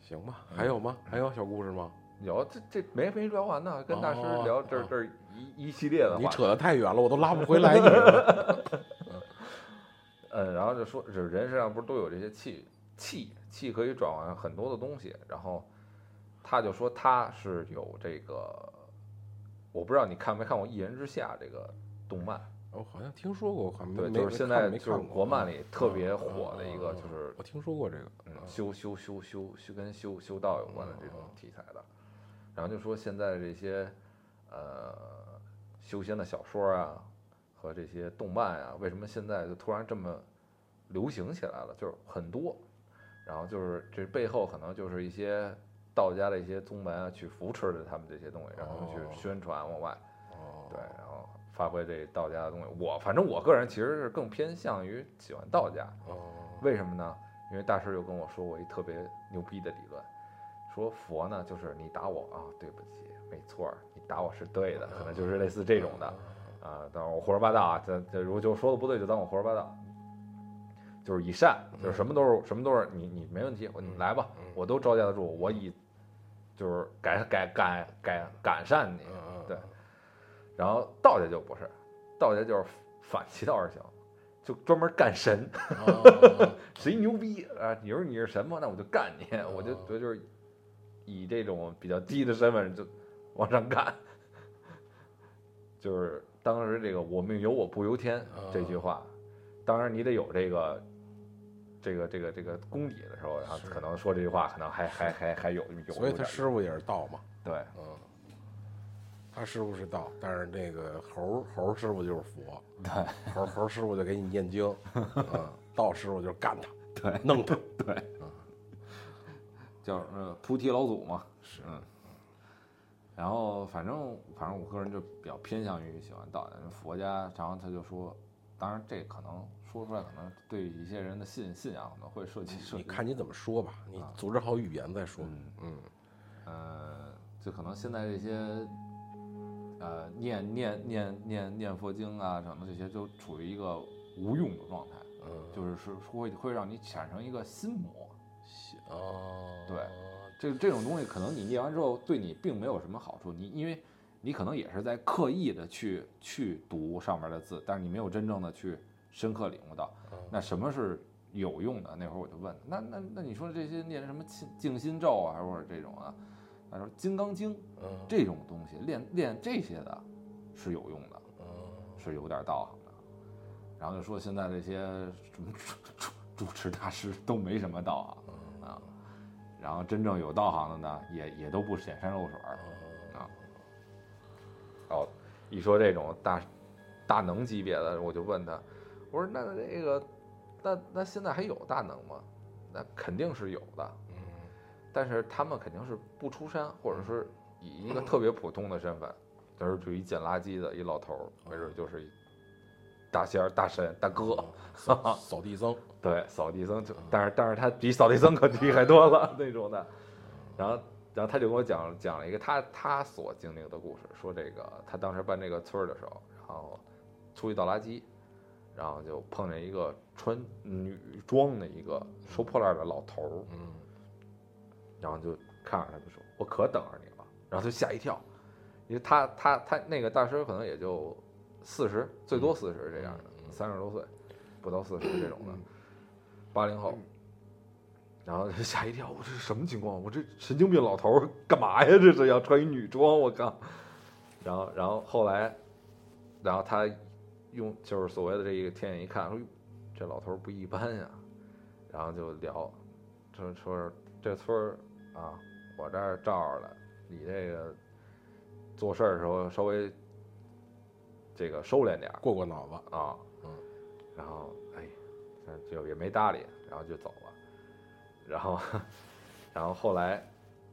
[SPEAKER 5] 行吧，还有吗？还有小故事吗？
[SPEAKER 2] 有这这没没聊完呢，跟大师聊这
[SPEAKER 4] 哦
[SPEAKER 2] 这一一系列的
[SPEAKER 4] 你
[SPEAKER 2] 话题
[SPEAKER 4] 扯得太远了，我都拉不回来你 了。
[SPEAKER 2] 嗯，然后就说，就是人身上不是都有这些气气气可以转换很多的东西，然后他就说他是有这个，我不知道你看没看过《一人之下》这个动漫，
[SPEAKER 1] 我好像听说过，我还没
[SPEAKER 2] 对，
[SPEAKER 1] 没
[SPEAKER 2] 就是
[SPEAKER 1] 没
[SPEAKER 2] 现
[SPEAKER 1] 看
[SPEAKER 2] 在
[SPEAKER 1] 没
[SPEAKER 2] 就是
[SPEAKER 1] 看过
[SPEAKER 2] 国漫
[SPEAKER 1] 嗯
[SPEAKER 2] 里特别
[SPEAKER 1] 嗯
[SPEAKER 2] 火的一个，
[SPEAKER 1] 嗯嗯
[SPEAKER 2] 就
[SPEAKER 1] 嗯
[SPEAKER 2] 是
[SPEAKER 1] 我听说过这个，
[SPEAKER 2] 嗯
[SPEAKER 1] 嗯
[SPEAKER 2] 修修修修修跟修修道有关的这种
[SPEAKER 1] 嗯嗯
[SPEAKER 2] 题材的，然后就说现在这些呃修仙的小说啊和这些动漫啊，为什么现在就突然这么流行起来了？就是很多，然后就是这背后可能就是一些道家的一些宗门啊去扶持着他们这些东西，让他们去
[SPEAKER 1] 哦
[SPEAKER 2] 宣传往外，
[SPEAKER 1] 哦，
[SPEAKER 2] 对，然后发挥这道家的东西。我反正我个人其实是更偏向于喜欢道家，
[SPEAKER 1] 哦，
[SPEAKER 2] 为什么呢？因为大师又跟我说过一特别牛逼的理论，说佛呢就是你打我啊，对不起，没错儿，你打我是对的，可能就是类似这种
[SPEAKER 1] 嗯
[SPEAKER 2] 的啊。当然我胡说八道啊，这这如果就说的不对，就当我胡说八道。啊就是以善，就是什么都是什么都是你你没问题，你来吧，我都招架得住，我以就是改改改改改善你，
[SPEAKER 1] 嗯
[SPEAKER 2] 对，然后道家就不是，道家就是反其道而行，就专门干神，
[SPEAKER 1] 嗯，
[SPEAKER 2] 谁牛逼啊？你说你是什么？那我就干你！
[SPEAKER 1] 哦
[SPEAKER 2] 我就觉得就是以这种比较低的身份就往上干，就是当时这个“我命由我不由天”
[SPEAKER 1] 哦
[SPEAKER 2] 这句话，当然你得有这个这个这个这个功底的时候，然后
[SPEAKER 1] 是
[SPEAKER 2] 可能说这句话可能还还还还有有
[SPEAKER 1] 所以
[SPEAKER 2] 有
[SPEAKER 1] 他
[SPEAKER 2] 点
[SPEAKER 1] 师傅也是道嘛，
[SPEAKER 2] 对
[SPEAKER 1] 嗯，他师傅是道，但是那个猴猴师傅就是佛，对，猴猴师傅就给你念 经，嗯，道师傅就是干他，对，弄他，
[SPEAKER 2] 叫呃菩提老祖嘛，是嗯。然后反正反正我个人就比较偏向于喜欢道家，佛家，然后他就说，当然这可能说出来可能对一些人的信信仰可能会涉及涉
[SPEAKER 1] 你
[SPEAKER 2] 及，
[SPEAKER 1] 看你怎么说吧，你
[SPEAKER 2] 啊
[SPEAKER 1] 组织好语言再说，
[SPEAKER 2] 嗯
[SPEAKER 1] 嗯，
[SPEAKER 2] 呃，就可能现在这些呃念念念念念佛经啊什么这些都处于一个无用的状态，
[SPEAKER 1] 嗯
[SPEAKER 2] 就是是会会让你产生一个心魔，
[SPEAKER 1] 哦，
[SPEAKER 2] 对这这种东西可能你念完之后对你并没有什么好处，你因为你可能也是在刻意的去去读上面的字，但是你没有真正的去深刻领悟到
[SPEAKER 1] 嗯
[SPEAKER 2] 那什么是有用的。那会儿我就问他，那那那你说这些念什么静静心咒啊，或者这种啊，他说《金刚经》
[SPEAKER 1] 嗯，
[SPEAKER 2] 这种东西练练这些的是有用的，
[SPEAKER 1] 嗯
[SPEAKER 2] 是有点道行的。然后就说现在这些什么主主主持大师都没什么道行。
[SPEAKER 1] 嗯
[SPEAKER 2] 啊，然后真正有道行的呢，也也都不显山露水儿啊。哦，一说这种大大能级别的，我就问他，我说那这个，那那现在还有大能吗？那肯定是有的，
[SPEAKER 1] 嗯
[SPEAKER 2] 但是他们肯定是不出山，或者是以一个特别普通的身份，就是属于捡垃圾的一老头儿，没准就是一大仙儿、大神、大哥。
[SPEAKER 1] 扫扫地僧，
[SPEAKER 2] 对，扫地僧就，但是但是他比扫地僧可厉害多了那种的。然后然后他就跟我讲讲了一个他他所经历的故事，说这个他当时搬这个村儿的时候，然后出去倒垃圾，然后就碰见一个穿女装的一个收破烂的老头儿，
[SPEAKER 1] 嗯，
[SPEAKER 2] 然后就看着他就说：“我可等着你了。”然后就吓一跳，因为他他他那个大师可能也就四十，最多四十这样的，三十多岁，不到四十这种的，八零后。然后就吓一跳，我这是什么情况？我这神经病老头儿干嘛呀？这是要穿一女装，我靠！然后，然后后来，然后他用就是所谓的这一个天眼一看，说哟这老头儿不一般呀。然后就聊，说说这村儿啊，我这儿照着了，你这个做事儿的时候稍微这个收敛点儿
[SPEAKER 1] 过过脑子，
[SPEAKER 2] 啊，
[SPEAKER 1] 嗯，
[SPEAKER 2] 然后哎，反正就也没搭理，然后就走了，然后 然后后来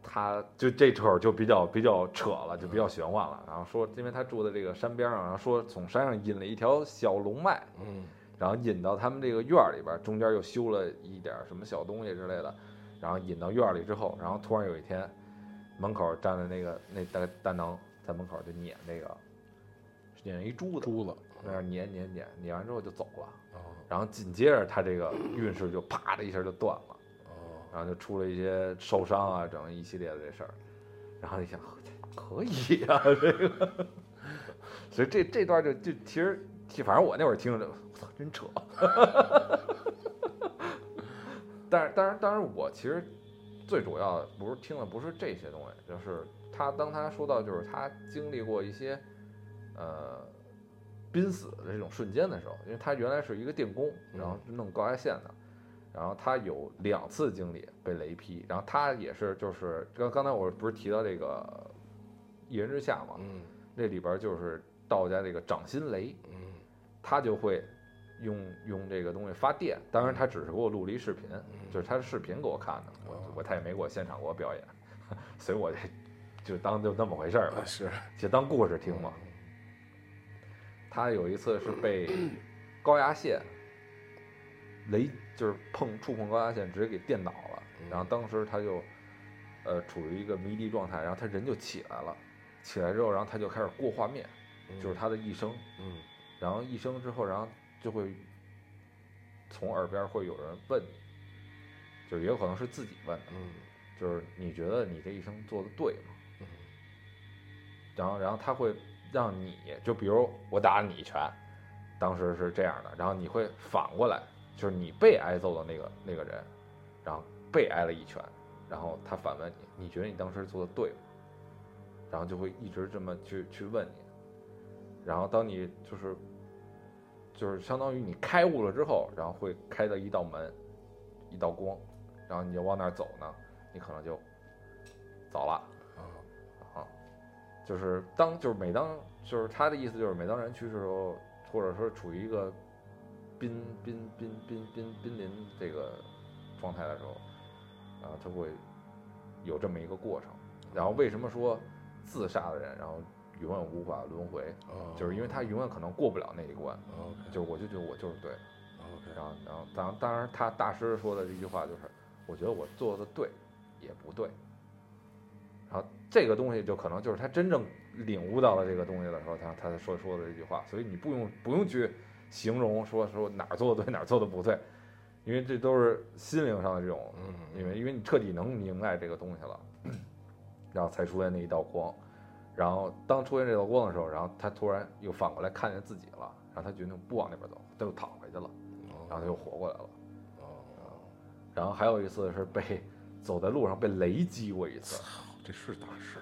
[SPEAKER 2] 他就这会儿就比较比较扯了，就比较玄幻了，然后说因为他住的这个山边儿上，然后说从山上引了一条小龙脉，
[SPEAKER 1] 嗯
[SPEAKER 2] 然后引到他们这个院儿里边儿，中间又修了一点儿什么小东西之类的，然后引到院儿里之后，然后突然有一天，门口站着那个那大大能在门口就撵那个，撵一珠子，
[SPEAKER 1] 珠子，
[SPEAKER 2] 在那儿撵撵撵，撵完之后就走了，
[SPEAKER 1] 哦
[SPEAKER 2] 然后紧接着他这个运势就啪的一下就断了，
[SPEAKER 1] 哦，
[SPEAKER 2] 然后就出了一些受伤啊，整一系列的这事儿，然后一想，可以呀、这个，所以这这段就就其实，其反正我那会儿听着，我操，真扯。但是，当然，当然，我其实最主要的不是听的不是这些东西，就是他当他说到就是他经历过一些呃濒死的这种瞬间的时候，因为他原来是一个电工，然后弄高压线的，然后他有两次经历被雷劈，然后他也是就是刚刚才我不是提到这个一人之下嘛，
[SPEAKER 1] 嗯
[SPEAKER 2] 这里边儿就是道家这个掌心雷，
[SPEAKER 1] 嗯
[SPEAKER 2] 他就会用用这个东西发电。当然，他只是给我录了一视频，就是他的视频给我看的，我我他也没给我现场给我表演，所以我这就当就那么回事儿吧
[SPEAKER 1] 啊，是，
[SPEAKER 2] 就当故事听嘛。他有一次是被高压线雷，就是碰触碰高压线，直接给电倒了。然后当时他就呃处于一个迷离状态，然后他人就起来了，起来之后，然后他就开始过画面，就是他的一生。
[SPEAKER 1] 嗯
[SPEAKER 2] 然后一生之后，然后就会从耳边会有人问你，就也有可能是自己问的，
[SPEAKER 1] 嗯
[SPEAKER 2] 就是你觉得你这一生做的对吗？
[SPEAKER 1] 嗯
[SPEAKER 2] 然后然后他会让你，就比如我打了你一拳，当时是这样的，然后你会反过来，就是你被挨揍的那个那个人，然后被挨了一拳，然后他反问你，你觉得你当时做的对吗？然后就会一直这么去去问你，然后当你就是就是相当于你开悟了之后，然后会开的一道门，一道光，然后你就往哪儿走呢？你可能就走了。
[SPEAKER 1] 啊
[SPEAKER 2] 啊，就是当就是每当就是他的意思就是每当人去世的时候，或者说处于一个濒濒濒濒濒濒临这个状态的时候，然后他会有这么一个过程。然后为什么说自杀的人，然后永远无法轮回，
[SPEAKER 1] 哦，
[SPEAKER 2] 就是因为他永远可能过不了那一关。
[SPEAKER 1] OK 哦
[SPEAKER 2] 就是我就觉得我就是对的，
[SPEAKER 1] OK，
[SPEAKER 2] 然后然后当当然他大师说的这句话就是，我觉得我做的对，也不对。然后这个东西就可能就是他真正领悟到了这个东西的时候，他他才说说的这句话。所以你不用不用去形容说说哪儿做的对哪儿做的不对，因为这都是心灵上的这种，
[SPEAKER 1] 嗯嗯
[SPEAKER 2] 因为因为你彻底能明白这个东西了，然后才出现那一道光。然后当出现这道光的时候，然后他突然又反过来看见自己了，然后他决定不往那边走，他又躺回去了，然后他又活过来了。
[SPEAKER 1] 哦，
[SPEAKER 2] 然后还有一次是被走在路上被雷击过一次，
[SPEAKER 1] 这是大事，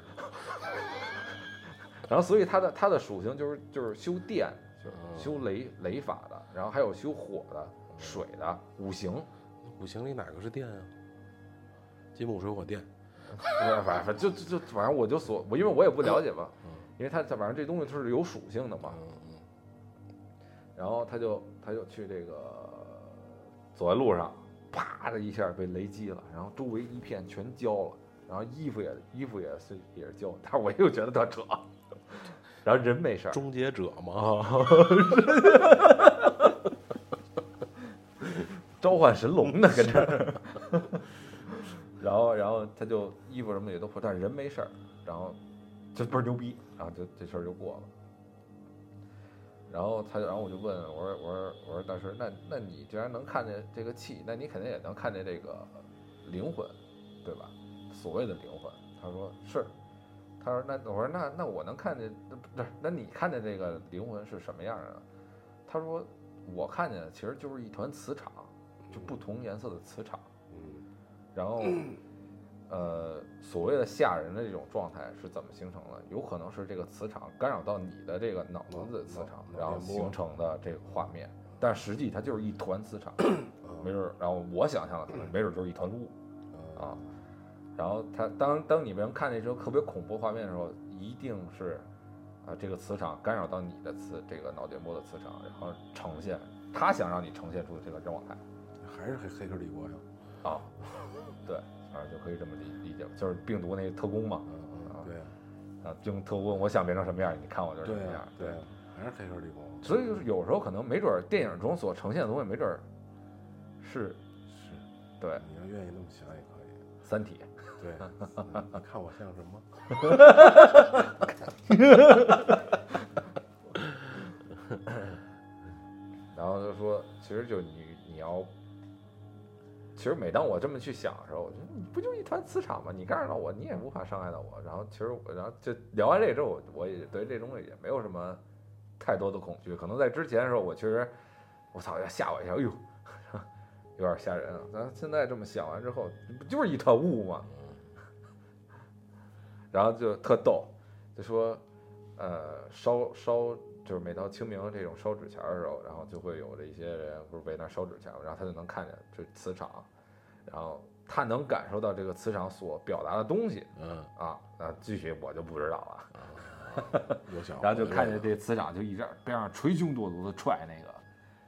[SPEAKER 2] 然后所以它的它的属性就是就是修电，
[SPEAKER 1] 嗯
[SPEAKER 2] 修雷雷法的，然后还有修火的、水的五行，
[SPEAKER 1] 五行里哪个是电啊？金木水火电，
[SPEAKER 2] 对 反正就就就反正我就所我因为我也不了解嘛，因为它它反正这东西它是有属性的嘛，
[SPEAKER 1] 嗯
[SPEAKER 2] 然后他就他就去这个走在路上，啪的一下被雷击了，然后周围一片全焦了，然后衣服也衣服也是也是焦，但是我又觉得特扯， 然后人没事
[SPEAKER 1] 嗯，，
[SPEAKER 2] 儿
[SPEAKER 1] 终结者
[SPEAKER 2] 哦
[SPEAKER 1] 嘛，
[SPEAKER 2] 召唤神龙呢，跟这儿。 然后，然后他就衣服什么也都破，但是人没事儿，然后就倍儿牛逼，然后就这事儿就过了。然后他就，然后我就问我说我说我说大师，那那你既然能看见这个气，那你肯定也能看见这个灵魂，对吧？所谓的灵魂，他说是，他说那我说那那我能看见，那不是那你看见这个灵魂是什么样儿的？他说我看见的其实就是一团磁场，就不同颜色的磁场。
[SPEAKER 1] 嗯
[SPEAKER 2] 然后，呃，所谓的吓人的这种状态是怎么形成的？有可能是这个磁场干扰到你的这个脑子的磁场，
[SPEAKER 1] 脑
[SPEAKER 2] 然后
[SPEAKER 1] 脑电波
[SPEAKER 2] 形成的这个画面。但实际它就是一团磁场，
[SPEAKER 1] 嗯
[SPEAKER 2] 没准儿。然后我想象的可能没准儿就是一团雾
[SPEAKER 1] 呃
[SPEAKER 2] 啊。然后它当当你们看见这种特别恐怖画面的时候，一定是啊这个磁场干扰到你的磁这个脑电波的磁场，然后呈现他想让你呈现出的这个状态。
[SPEAKER 1] 还是黑黑客帝国呀，
[SPEAKER 2] 啊，对，反正就可以这么理理解吧，就是病毒那特工嘛，
[SPEAKER 1] 嗯
[SPEAKER 2] 啊
[SPEAKER 1] 嗯，对呀
[SPEAKER 2] 啊，病毒特工，我想变成什么样，你看我就是什
[SPEAKER 1] 对
[SPEAKER 2] 么样
[SPEAKER 1] 呀，对呀，啊还是黑客帝国，
[SPEAKER 2] 所以就是有时候可能没准儿电影中所呈现的东西，没准儿是
[SPEAKER 1] 是，
[SPEAKER 2] 对《
[SPEAKER 1] 你要愿意那么想也可以，
[SPEAKER 2] 三体
[SPEAKER 1] 对，嗯你看我像什么？》，
[SPEAKER 2] 然后就说，其实就你你要其实每当我这么去想的时候，我觉得你不就一团磁场吗？你干扰到我，你也无法伤害到我。然后其实我，然后就聊完这之后，我我也对这东西也没有什么太多的恐惧。可能在之前的时候，我确实，我操，要吓我一下，哎呦， 有点吓人啊。咱现在这么想完之后，不就是一团雾吗？ 然后就特逗，就说，呃，烧烧就是每到清明这种烧纸钱儿的时候，然后就会有这些人不是围那儿烧纸钱儿嘛，然后他就能看见这磁场，然后他能感受到这个磁场所表达的东西
[SPEAKER 1] 嗯，
[SPEAKER 2] 啊，那具体我就不知道了。
[SPEAKER 1] 有小
[SPEAKER 2] 然后就看见这磁场就一边边上捶胸顿足的踹那个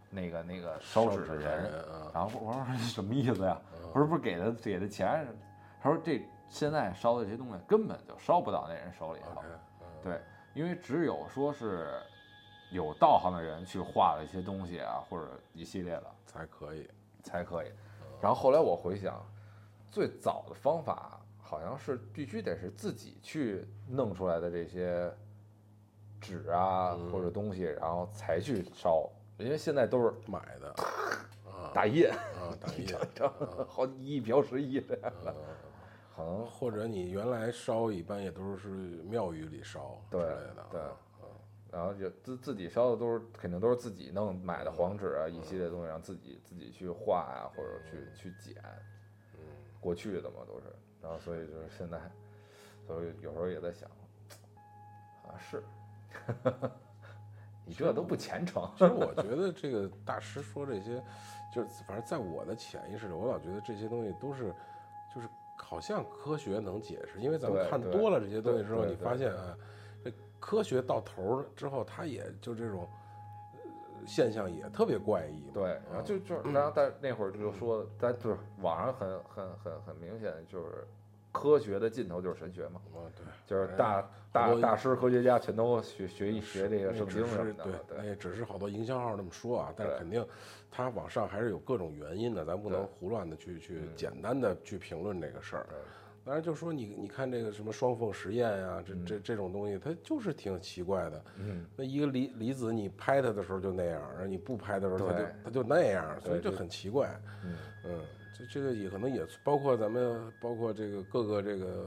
[SPEAKER 2] 那个那个烧纸的人，
[SPEAKER 1] 啊，嗯
[SPEAKER 2] 然后我 说什么意思呀？我说不是给他给他钱，他说这现在烧的这些东西根本就烧不到那人手里头
[SPEAKER 1] OK，。嗯
[SPEAKER 2] 对，因为只有说是有道行的人去画了一些东西啊，或者一系列的
[SPEAKER 1] 才可以。
[SPEAKER 2] 才可以。
[SPEAKER 1] 嗯
[SPEAKER 2] 然后后来我回想，最早的方法好像是必须得是自己去弄出来的这些纸啊
[SPEAKER 1] 嗯
[SPEAKER 2] 或者东西，然后才去烧，因为现在都是
[SPEAKER 1] 买 的啊
[SPEAKER 2] 打印，
[SPEAKER 1] 啊，打印，
[SPEAKER 2] 好一瓢十一的，
[SPEAKER 1] 嗯
[SPEAKER 2] 可能
[SPEAKER 1] 或者你原来烧一般也都是庙宇里烧之
[SPEAKER 2] 对
[SPEAKER 1] 类的，啊
[SPEAKER 2] 对，然后就自自己烧的都是肯定都是自己弄买的黄纸啊，一系列东西，然后自己自己去画啊，或者去去剪，
[SPEAKER 1] 嗯，
[SPEAKER 2] 过去的嘛都是，然后所以就是现在，所以有时候也在想，啊是， 你这都不虔诚，
[SPEAKER 1] 其实我觉得这个大师说这些，就是反正在我的潜意识里，我老觉得这些东西都是，就是好像科学能解释，因为咱们
[SPEAKER 2] 对
[SPEAKER 1] 看
[SPEAKER 2] 对
[SPEAKER 1] 多了这些东西之后，
[SPEAKER 2] 对
[SPEAKER 1] 你
[SPEAKER 2] 对
[SPEAKER 1] 发现啊，这科学到头儿之后，它也就这种呃现象也特别怪异嘛。啊
[SPEAKER 2] 对，然后就就然后在那会儿就说，在就是网上很很很很明显的就是科学的尽头就是神学嘛，
[SPEAKER 1] 嗯，对，
[SPEAKER 2] 就是大大
[SPEAKER 1] 好多
[SPEAKER 2] 大师科学家全都学学一学这个
[SPEAKER 1] 那
[SPEAKER 2] 圣
[SPEAKER 1] 只
[SPEAKER 2] 经什
[SPEAKER 1] 是
[SPEAKER 2] 么的
[SPEAKER 1] 对
[SPEAKER 2] 嘛，，
[SPEAKER 1] 那
[SPEAKER 2] 对哎
[SPEAKER 1] 也只是好多营销号这么说啊，但是
[SPEAKER 2] 对
[SPEAKER 1] 肯定它往上还是有各种原因的，咱不能
[SPEAKER 2] 对
[SPEAKER 1] 胡乱的去去
[SPEAKER 2] 嗯
[SPEAKER 1] 简单的去评论这个事儿。
[SPEAKER 2] 对。
[SPEAKER 1] 当然就说你你看这个什么双缝实验呀、这
[SPEAKER 2] 嗯
[SPEAKER 1] 这这种东西，它就是挺奇怪的。
[SPEAKER 2] 嗯，
[SPEAKER 1] 那一个离离子，你拍它的时候就那样，然后你不拍的时候它就
[SPEAKER 2] 对
[SPEAKER 1] 它就那样，所以
[SPEAKER 2] 对
[SPEAKER 1] 就
[SPEAKER 2] 就
[SPEAKER 1] 很奇怪。
[SPEAKER 2] 嗯
[SPEAKER 1] 嗯，这这个也可能也包括咱们包括这个各个这个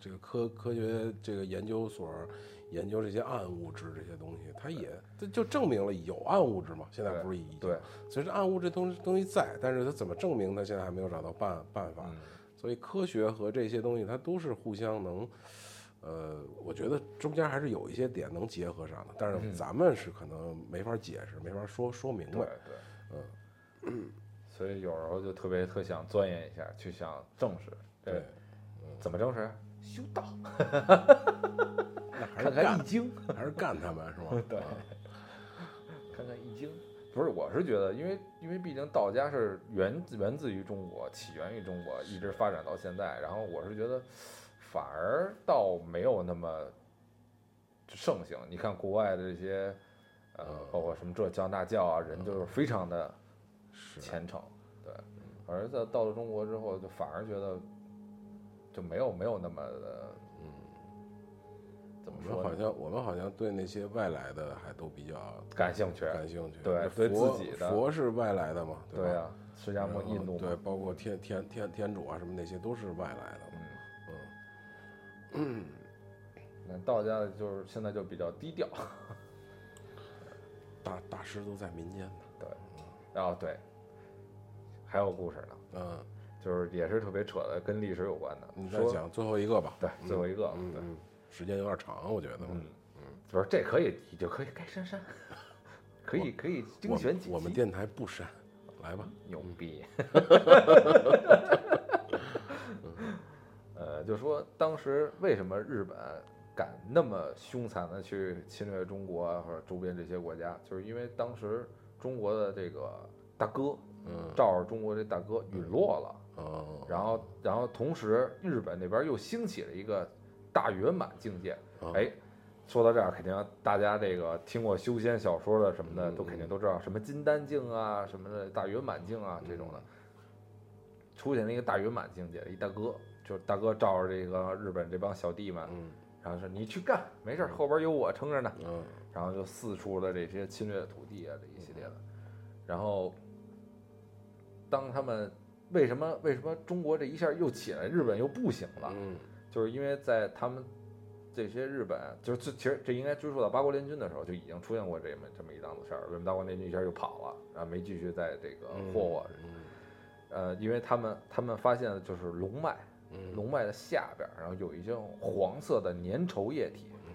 [SPEAKER 1] 这个科科学这个研究所研究这些暗物质这些东西，它也这就证明了有暗物质嘛。现在不是已经
[SPEAKER 2] 对，
[SPEAKER 1] 所以这暗物质东西东西在，但是它怎么证明它现在还没有找到办办法。
[SPEAKER 2] 嗯，
[SPEAKER 1] 所以科学和这些东西它都是互相能，呃，我觉得中间还是有一些点能结合上的，但是
[SPEAKER 2] 嗯
[SPEAKER 1] 咱们是可能没法解释，没法说说明
[SPEAKER 2] 对
[SPEAKER 1] 白。
[SPEAKER 2] 对，嗯，所以有时候就特别特想钻研一下，去想证实，
[SPEAKER 1] 对，，
[SPEAKER 2] 怎么证实？修道，
[SPEAKER 1] 那还是
[SPEAKER 2] 看看易
[SPEAKER 1] 干，
[SPEAKER 2] 经，
[SPEAKER 1] 还是干他们是吧？
[SPEAKER 2] 对
[SPEAKER 1] 啊，
[SPEAKER 2] 看看易经。不是，我是觉得，因为因为毕竟道家是源自源自于中国，起源于中国，一直发展到现在。然后我是觉得，反而倒没有那么盛行。你看国外的这些，呃，包括什么这教那教啊，人就是非常嗯的
[SPEAKER 1] 是
[SPEAKER 2] 虔诚，对。而在到了中国之后，就反而觉得就没有没有那么的，嗯，怎么
[SPEAKER 1] 我们
[SPEAKER 2] 说
[SPEAKER 1] 好
[SPEAKER 2] 呢？
[SPEAKER 1] 像我们好像对那些外来的还都比较
[SPEAKER 2] 感兴趣，
[SPEAKER 1] 感兴趣，
[SPEAKER 2] 对啊
[SPEAKER 1] 这
[SPEAKER 2] 对
[SPEAKER 1] 佛
[SPEAKER 2] 自己的
[SPEAKER 1] 佛是外来的嘛，
[SPEAKER 2] 对
[SPEAKER 1] 吧？
[SPEAKER 2] 啊，释迦牟
[SPEAKER 1] 然后
[SPEAKER 2] 印度嘛
[SPEAKER 1] 对，，包括天天天天主啊什么那些都是外来的嘛，
[SPEAKER 2] 嗯，
[SPEAKER 1] 嗯，
[SPEAKER 2] 那道家的就是现在就比较低调，
[SPEAKER 1] 大大师都在民间呢，
[SPEAKER 2] 对，然后啊对，还有故事呢，
[SPEAKER 1] 嗯，
[SPEAKER 2] 就是也是特别扯的，跟历史有关的。
[SPEAKER 1] 你再
[SPEAKER 2] 说
[SPEAKER 1] 讲最后一个吧，
[SPEAKER 2] 对，最后一个，
[SPEAKER 1] 嗯
[SPEAKER 2] 对，
[SPEAKER 1] 嗯，时间有点长，我觉得，
[SPEAKER 2] 嗯，不是这可以，你就可以该删删， 可以可以精
[SPEAKER 1] 我
[SPEAKER 2] 选
[SPEAKER 1] 们
[SPEAKER 2] 几
[SPEAKER 1] 我们
[SPEAKER 2] 集
[SPEAKER 1] 电台不删，来吧，
[SPEAKER 2] 牛逼。呃，就说当时为什么日本敢那么凶残的去侵略中国啊，或者周边这些国家，就是因为当时中国的这个大哥
[SPEAKER 1] 嗯，
[SPEAKER 2] 照着中国这大哥陨落了，
[SPEAKER 1] 哦，
[SPEAKER 2] 然后然后同时日本那边又兴起了一个大圆满境界，
[SPEAKER 1] 哦
[SPEAKER 2] 哎。说到这儿，肯定大家这个听过修仙小说的什么的，
[SPEAKER 1] 嗯
[SPEAKER 2] 都肯定都知道什么金丹境啊，什么的大圆满境啊这
[SPEAKER 1] 嗯
[SPEAKER 2] 种的，出现了一个大圆满境界，一大哥，就是大哥照着这个日本这帮小弟们，
[SPEAKER 1] 嗯
[SPEAKER 2] 然后说你去干，没事儿，后边有我撑着呢，
[SPEAKER 1] 嗯
[SPEAKER 2] 然后就四处的这
[SPEAKER 1] 嗯
[SPEAKER 2] 些侵略土地啊这一系列的，然后当他们为什么为什么中国这一下又起来，日本又不行了？
[SPEAKER 1] 嗯
[SPEAKER 2] 就是因为在他们这些日本，就是这其实这应该追溯到八国联军的时候就已经出现过这么这么一档子事儿。为什么八国联军一下就跑了，然后没继续在这个
[SPEAKER 1] 嗯
[SPEAKER 2] 霍霍？呃，因为他们他们发现了就是龙脉，
[SPEAKER 1] 嗯
[SPEAKER 2] 龙脉的下边儿，然后有一些黄色的粘稠液体，
[SPEAKER 1] 嗯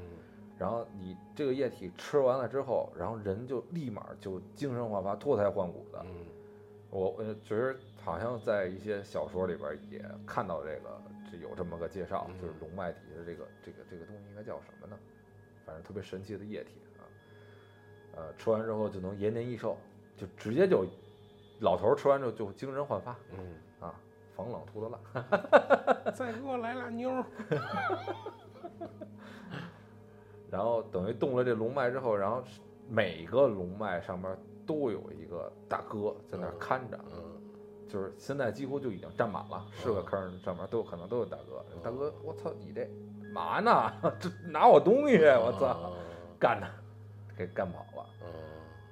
[SPEAKER 2] 然后你这个液体吃完了之后，然后人就立马就精神焕发、脱胎换骨的。
[SPEAKER 1] 嗯
[SPEAKER 2] 我呃觉得好像在一些小说里边儿也看到这个，这有这么个介绍，就是
[SPEAKER 1] 嗯
[SPEAKER 2] 龙脉底下这个这个这个东西应该叫什么呢？反正特别神奇的液体啊，呃，吃完之后就能延年益寿，就直接就老头儿吃完之后就精神焕发
[SPEAKER 1] 嗯
[SPEAKER 2] 啊，防冷兔子辣。
[SPEAKER 1] 嗯，再给我来俩妞儿。
[SPEAKER 2] 然后等于动了这龙脉之后，然后是每个龙脉上面都有一个大哥在那儿看着，
[SPEAKER 1] 嗯
[SPEAKER 2] 就是现在几乎就已经占满了，是个
[SPEAKER 1] 嗯
[SPEAKER 2] 坑儿上面都有可能都有大哥。
[SPEAKER 1] 嗯
[SPEAKER 2] 大哥，我操你这嘛呢？ 这拿我东西，
[SPEAKER 1] 哦
[SPEAKER 2] 我操，干他，给干跑了。
[SPEAKER 1] 嗯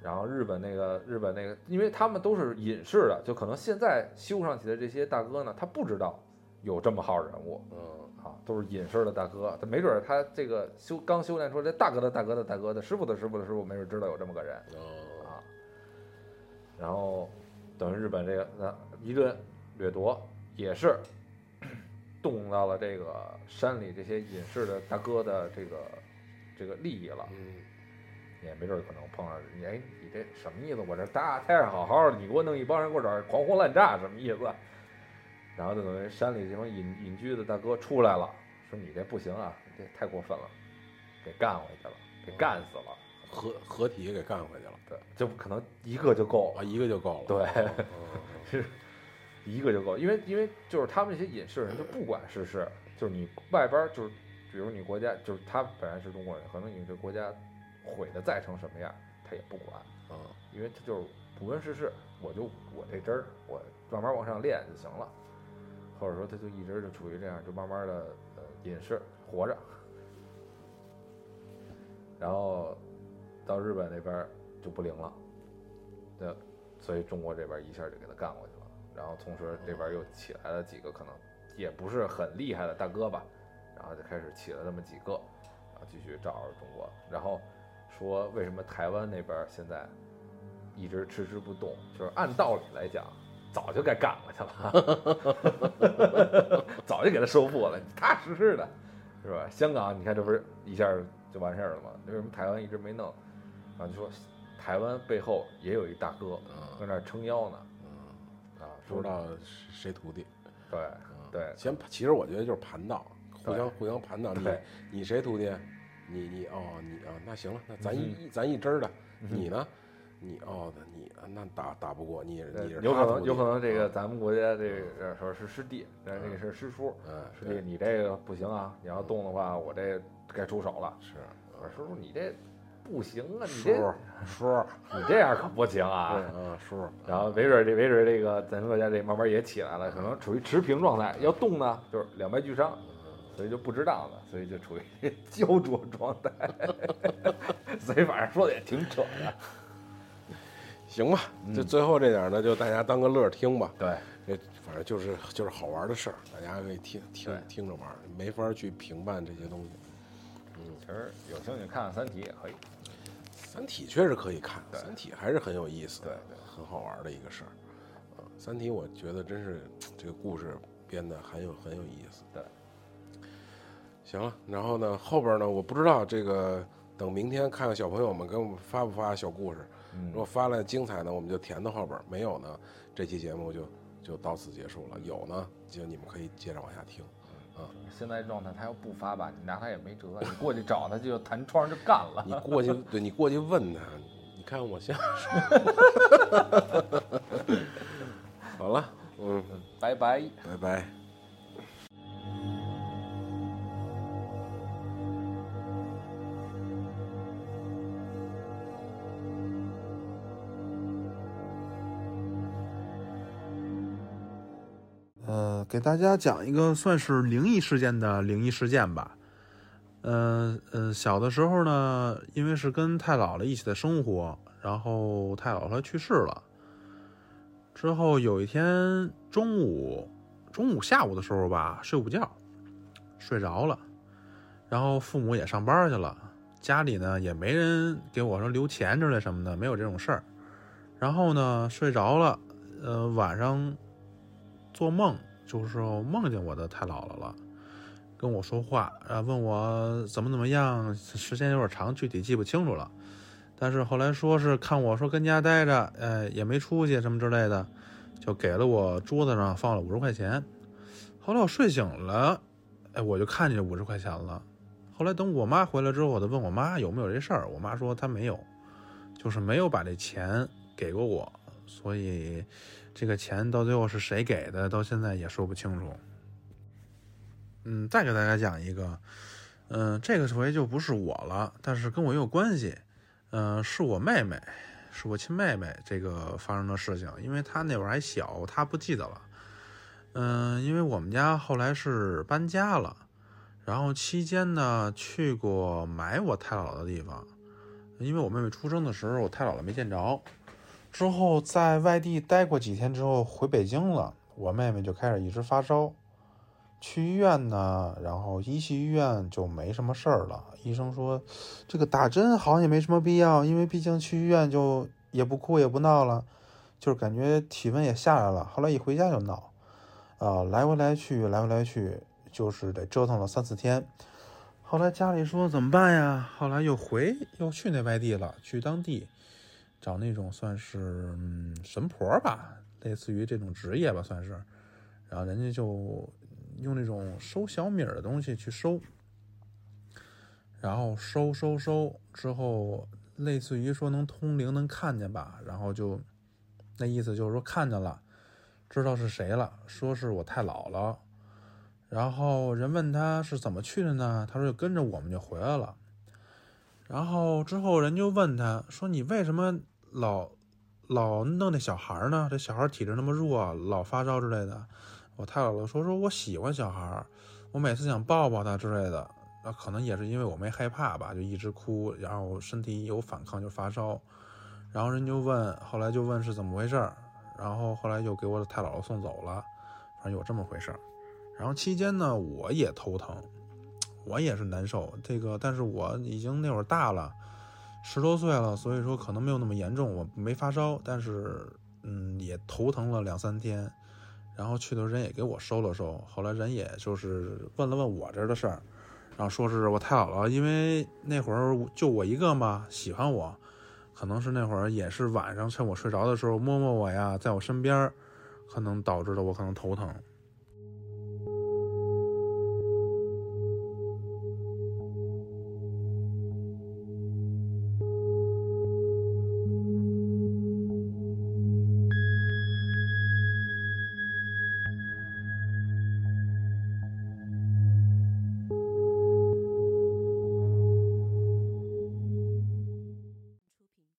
[SPEAKER 2] 然后日本那个日本那个，因为他们都是隐士的，就可能现在修上去的这些大哥呢，他不知道有这么号人物，
[SPEAKER 1] 嗯
[SPEAKER 2] 啊，都是隐士的大哥，他没准儿他这个修刚修炼出来，这大哥的大哥的大哥的师傅的师傅的师傅，没准儿知道有这么个人
[SPEAKER 1] 嗯
[SPEAKER 2] 啊。然后等于日本这个那一顿掠夺，也是动用到了这个山里这些隐士的大哥的这个这个利益了，
[SPEAKER 1] 嗯
[SPEAKER 2] 也没准儿可能碰上你，哎，你这什么意思？我这大太阳好好的，你给我弄一帮人给我找人狂轰滥炸，什么意思？然后就等于山里这帮隐隐居的大哥出来了，说你这不行啊，你这太过分了，给干回去了，给干死了，
[SPEAKER 1] 合合体给干回去了
[SPEAKER 2] 对，就可能一个就够
[SPEAKER 1] 啊，
[SPEAKER 2] 了，
[SPEAKER 1] 一个就够了。
[SPEAKER 2] 对
[SPEAKER 1] 嗯，
[SPEAKER 2] 是一个就够，因为因为就是他们这些隐士人就不管世事，就是你外边儿就是，比如你国家就是他本来是中国人，可能你这国家毁的再成什么样，他也不管。
[SPEAKER 1] 嗯嗯
[SPEAKER 2] 因为他就是不问世事，我就我这针儿，我慢慢往上练就行了，或者说他就一直就处于这样，就慢慢的呃隐士活着，然后到日本那边儿就不灵了，对，所以中国这边儿一下就给他干过去了，然后同时这边儿又起来了几个可能也不是很厉害的大哥吧，然后就开始起了那么几个，然后继续找着中国，然后说为什么台湾那边儿现在一直迟迟不动，就是按道理来讲，早就该赶过去了， 早就给他收复了，你踏踏实实的，是吧？香港你看这不是一下就完事儿了吗？为什么台湾一直没弄？然后就说台湾背后也有一大哥
[SPEAKER 1] 嗯
[SPEAKER 2] 在那儿撑腰呢，
[SPEAKER 1] 嗯，
[SPEAKER 2] 啊，
[SPEAKER 1] 不知道是谁徒弟。
[SPEAKER 2] 对
[SPEAKER 1] 嗯
[SPEAKER 2] 对
[SPEAKER 1] 先其实我觉得就是盘道，互
[SPEAKER 2] 对
[SPEAKER 1] 相互相盘道。你
[SPEAKER 2] 对
[SPEAKER 1] 你谁徒弟？你你哦你啊，那行了，那咱
[SPEAKER 2] 嗯
[SPEAKER 1] 一咱一支儿的，
[SPEAKER 2] 嗯
[SPEAKER 1] 你呢？你哦，那你那打打不过，你也是你是
[SPEAKER 2] 有
[SPEAKER 1] 他
[SPEAKER 2] 可
[SPEAKER 1] 徒
[SPEAKER 2] 能
[SPEAKER 1] 弟嗯
[SPEAKER 2] 有可能这个咱们国家这个说是师弟，但是这个是师叔，
[SPEAKER 1] 嗯
[SPEAKER 2] 师弟
[SPEAKER 1] 对
[SPEAKER 2] 你这个不行啊，你要动的话，我这该出手了。
[SPEAKER 1] 是
[SPEAKER 2] 我说叔叔你这不行啊，你
[SPEAKER 1] 叔
[SPEAKER 2] 这
[SPEAKER 1] 叔对
[SPEAKER 2] 你这样可不行啊。
[SPEAKER 1] 啊叔
[SPEAKER 2] 然后没准儿这没准儿这个咱们国家这慢慢也起来了，可能处于持平状态，要动呢就是两败俱伤，所以就不值当了，所以就处于 焦灼状态， 所以反正说的也挺扯的。
[SPEAKER 1] 行吧，
[SPEAKER 2] 嗯
[SPEAKER 1] 就最后这点儿呢，就大家当个乐儿听吧。
[SPEAKER 2] 对，
[SPEAKER 1] 这反正就是就是好玩的事儿，大家可以听听
[SPEAKER 2] 对
[SPEAKER 1] 听着玩儿，没法儿去评判这些东西。
[SPEAKER 2] 其实有兴趣看看《三体》也可以。
[SPEAKER 1] 《三体》确实可以看，《
[SPEAKER 2] 对
[SPEAKER 1] 三体》还是很有意思的，
[SPEAKER 2] 对对
[SPEAKER 1] 很好玩的一个事儿。呃《三体》我觉得真是这个故事编的很有很有意思。
[SPEAKER 2] 对，
[SPEAKER 1] 行了，然后呢，后边呢，我不知道这个，等明天看看小朋友们给我们发不发小故事。
[SPEAKER 2] 嗯
[SPEAKER 1] 如果发了精彩呢，我们就填到后边儿；没有呢，这期节目就就到此结束了。有呢，就你们可以接着往下听。
[SPEAKER 2] 现在状态他要不发吧，你拿他也没辙，你过去找他就弹窗就干了。
[SPEAKER 1] 你过去， 对你过去问他，你看我像什么？ 好了，嗯，
[SPEAKER 2] 拜拜。
[SPEAKER 1] 拜拜。
[SPEAKER 6] 呃，给大家讲一个算是灵异事件的灵异事件吧。呃呃，小的时候呢，因为是跟太姥姥一起的生活，然后太姥姥后来去世了。之后有一天中午，中午下午的时候吧，睡午觉，睡着了，然后父母也上班去了，家里呢也没人给我说留钱之类什么的，没有这种事儿。然后呢，睡着了，呃，晚上做梦，就是梦见我的太姥姥了，跟我说话，呃，问我怎么怎么样，时间有点长，具体记不清楚了。但是后来说是看我说跟家待着，呃，也没出去什么之类的，就给了我桌子上放了五十块钱。后来我睡醒了，哎，我就看见五十块钱了。后来等我妈回来之后，我就问我妈有没有这事儿，我妈说她没有，就是没有把这钱给过我，所以这个钱到最后是谁给的，到现在也说不清楚。嗯，再给大家讲一个，嗯、这个回就不是我了，但是跟我有关系。嗯，是我妹妹，是我亲妹妹这个发生的事情，因为她那会儿还小，她不记得了。嗯，因为我们家后来是搬家了，然后期间呢去过埋我太姥姥的地方，因为我妹妹出生的时候我太姥姥没见着，之后在外地待过几天之后回北京了，我妹妹就开始一直发烧，去医院呢，然后一系医院就没什么事儿了，医生说这个打针好像也没什么必要，因为毕竟去医院就也不哭也不闹了，就是感觉体温也下来了。后来一回家就闹，啊、来回来去，来回来去，就是得折腾了三四天。后来家里说怎么办呀？后来又回又去那外地了，去当地找那种算是嗯神婆吧，类似于这种职业吧，算是。然后人家就用那种收小米儿的东西去收，然后收收收之后，类似于说能通灵能看见吧，然后就那意思就是说看见了，知道是谁了，说是我太姥姥。然后人问他是怎么去的呢？他说就跟着我们就回来了。然后之后人就问他说：“你为什么老老弄那小孩儿呢？这小孩儿体质那么弱啊，老发烧之类的。”我太姥姥说：“说我喜欢小孩儿，我每次想抱抱他之类的。”那可能也是因为我没害怕吧，就一直哭，然后身体有反抗就发烧，然后人就问，后来就问是怎么回事儿，然后后来就给我的太姥姥送走了，反正有这么回事儿。然后期间呢，我也头疼，我也是难受，这个但是我已经那会儿大了，十多岁了，所以说可能没有那么严重，我没发烧，但是嗯也头疼了两三天。然后去的时候人也给我收了收，后来人也就是问了问我这儿的事儿，然后说是我太姥姥，因为那会儿就我一个嘛，喜欢我，可能是那会儿也是晚上趁我睡着的时候摸摸我呀，在我身边儿，可能导致了我可能头疼。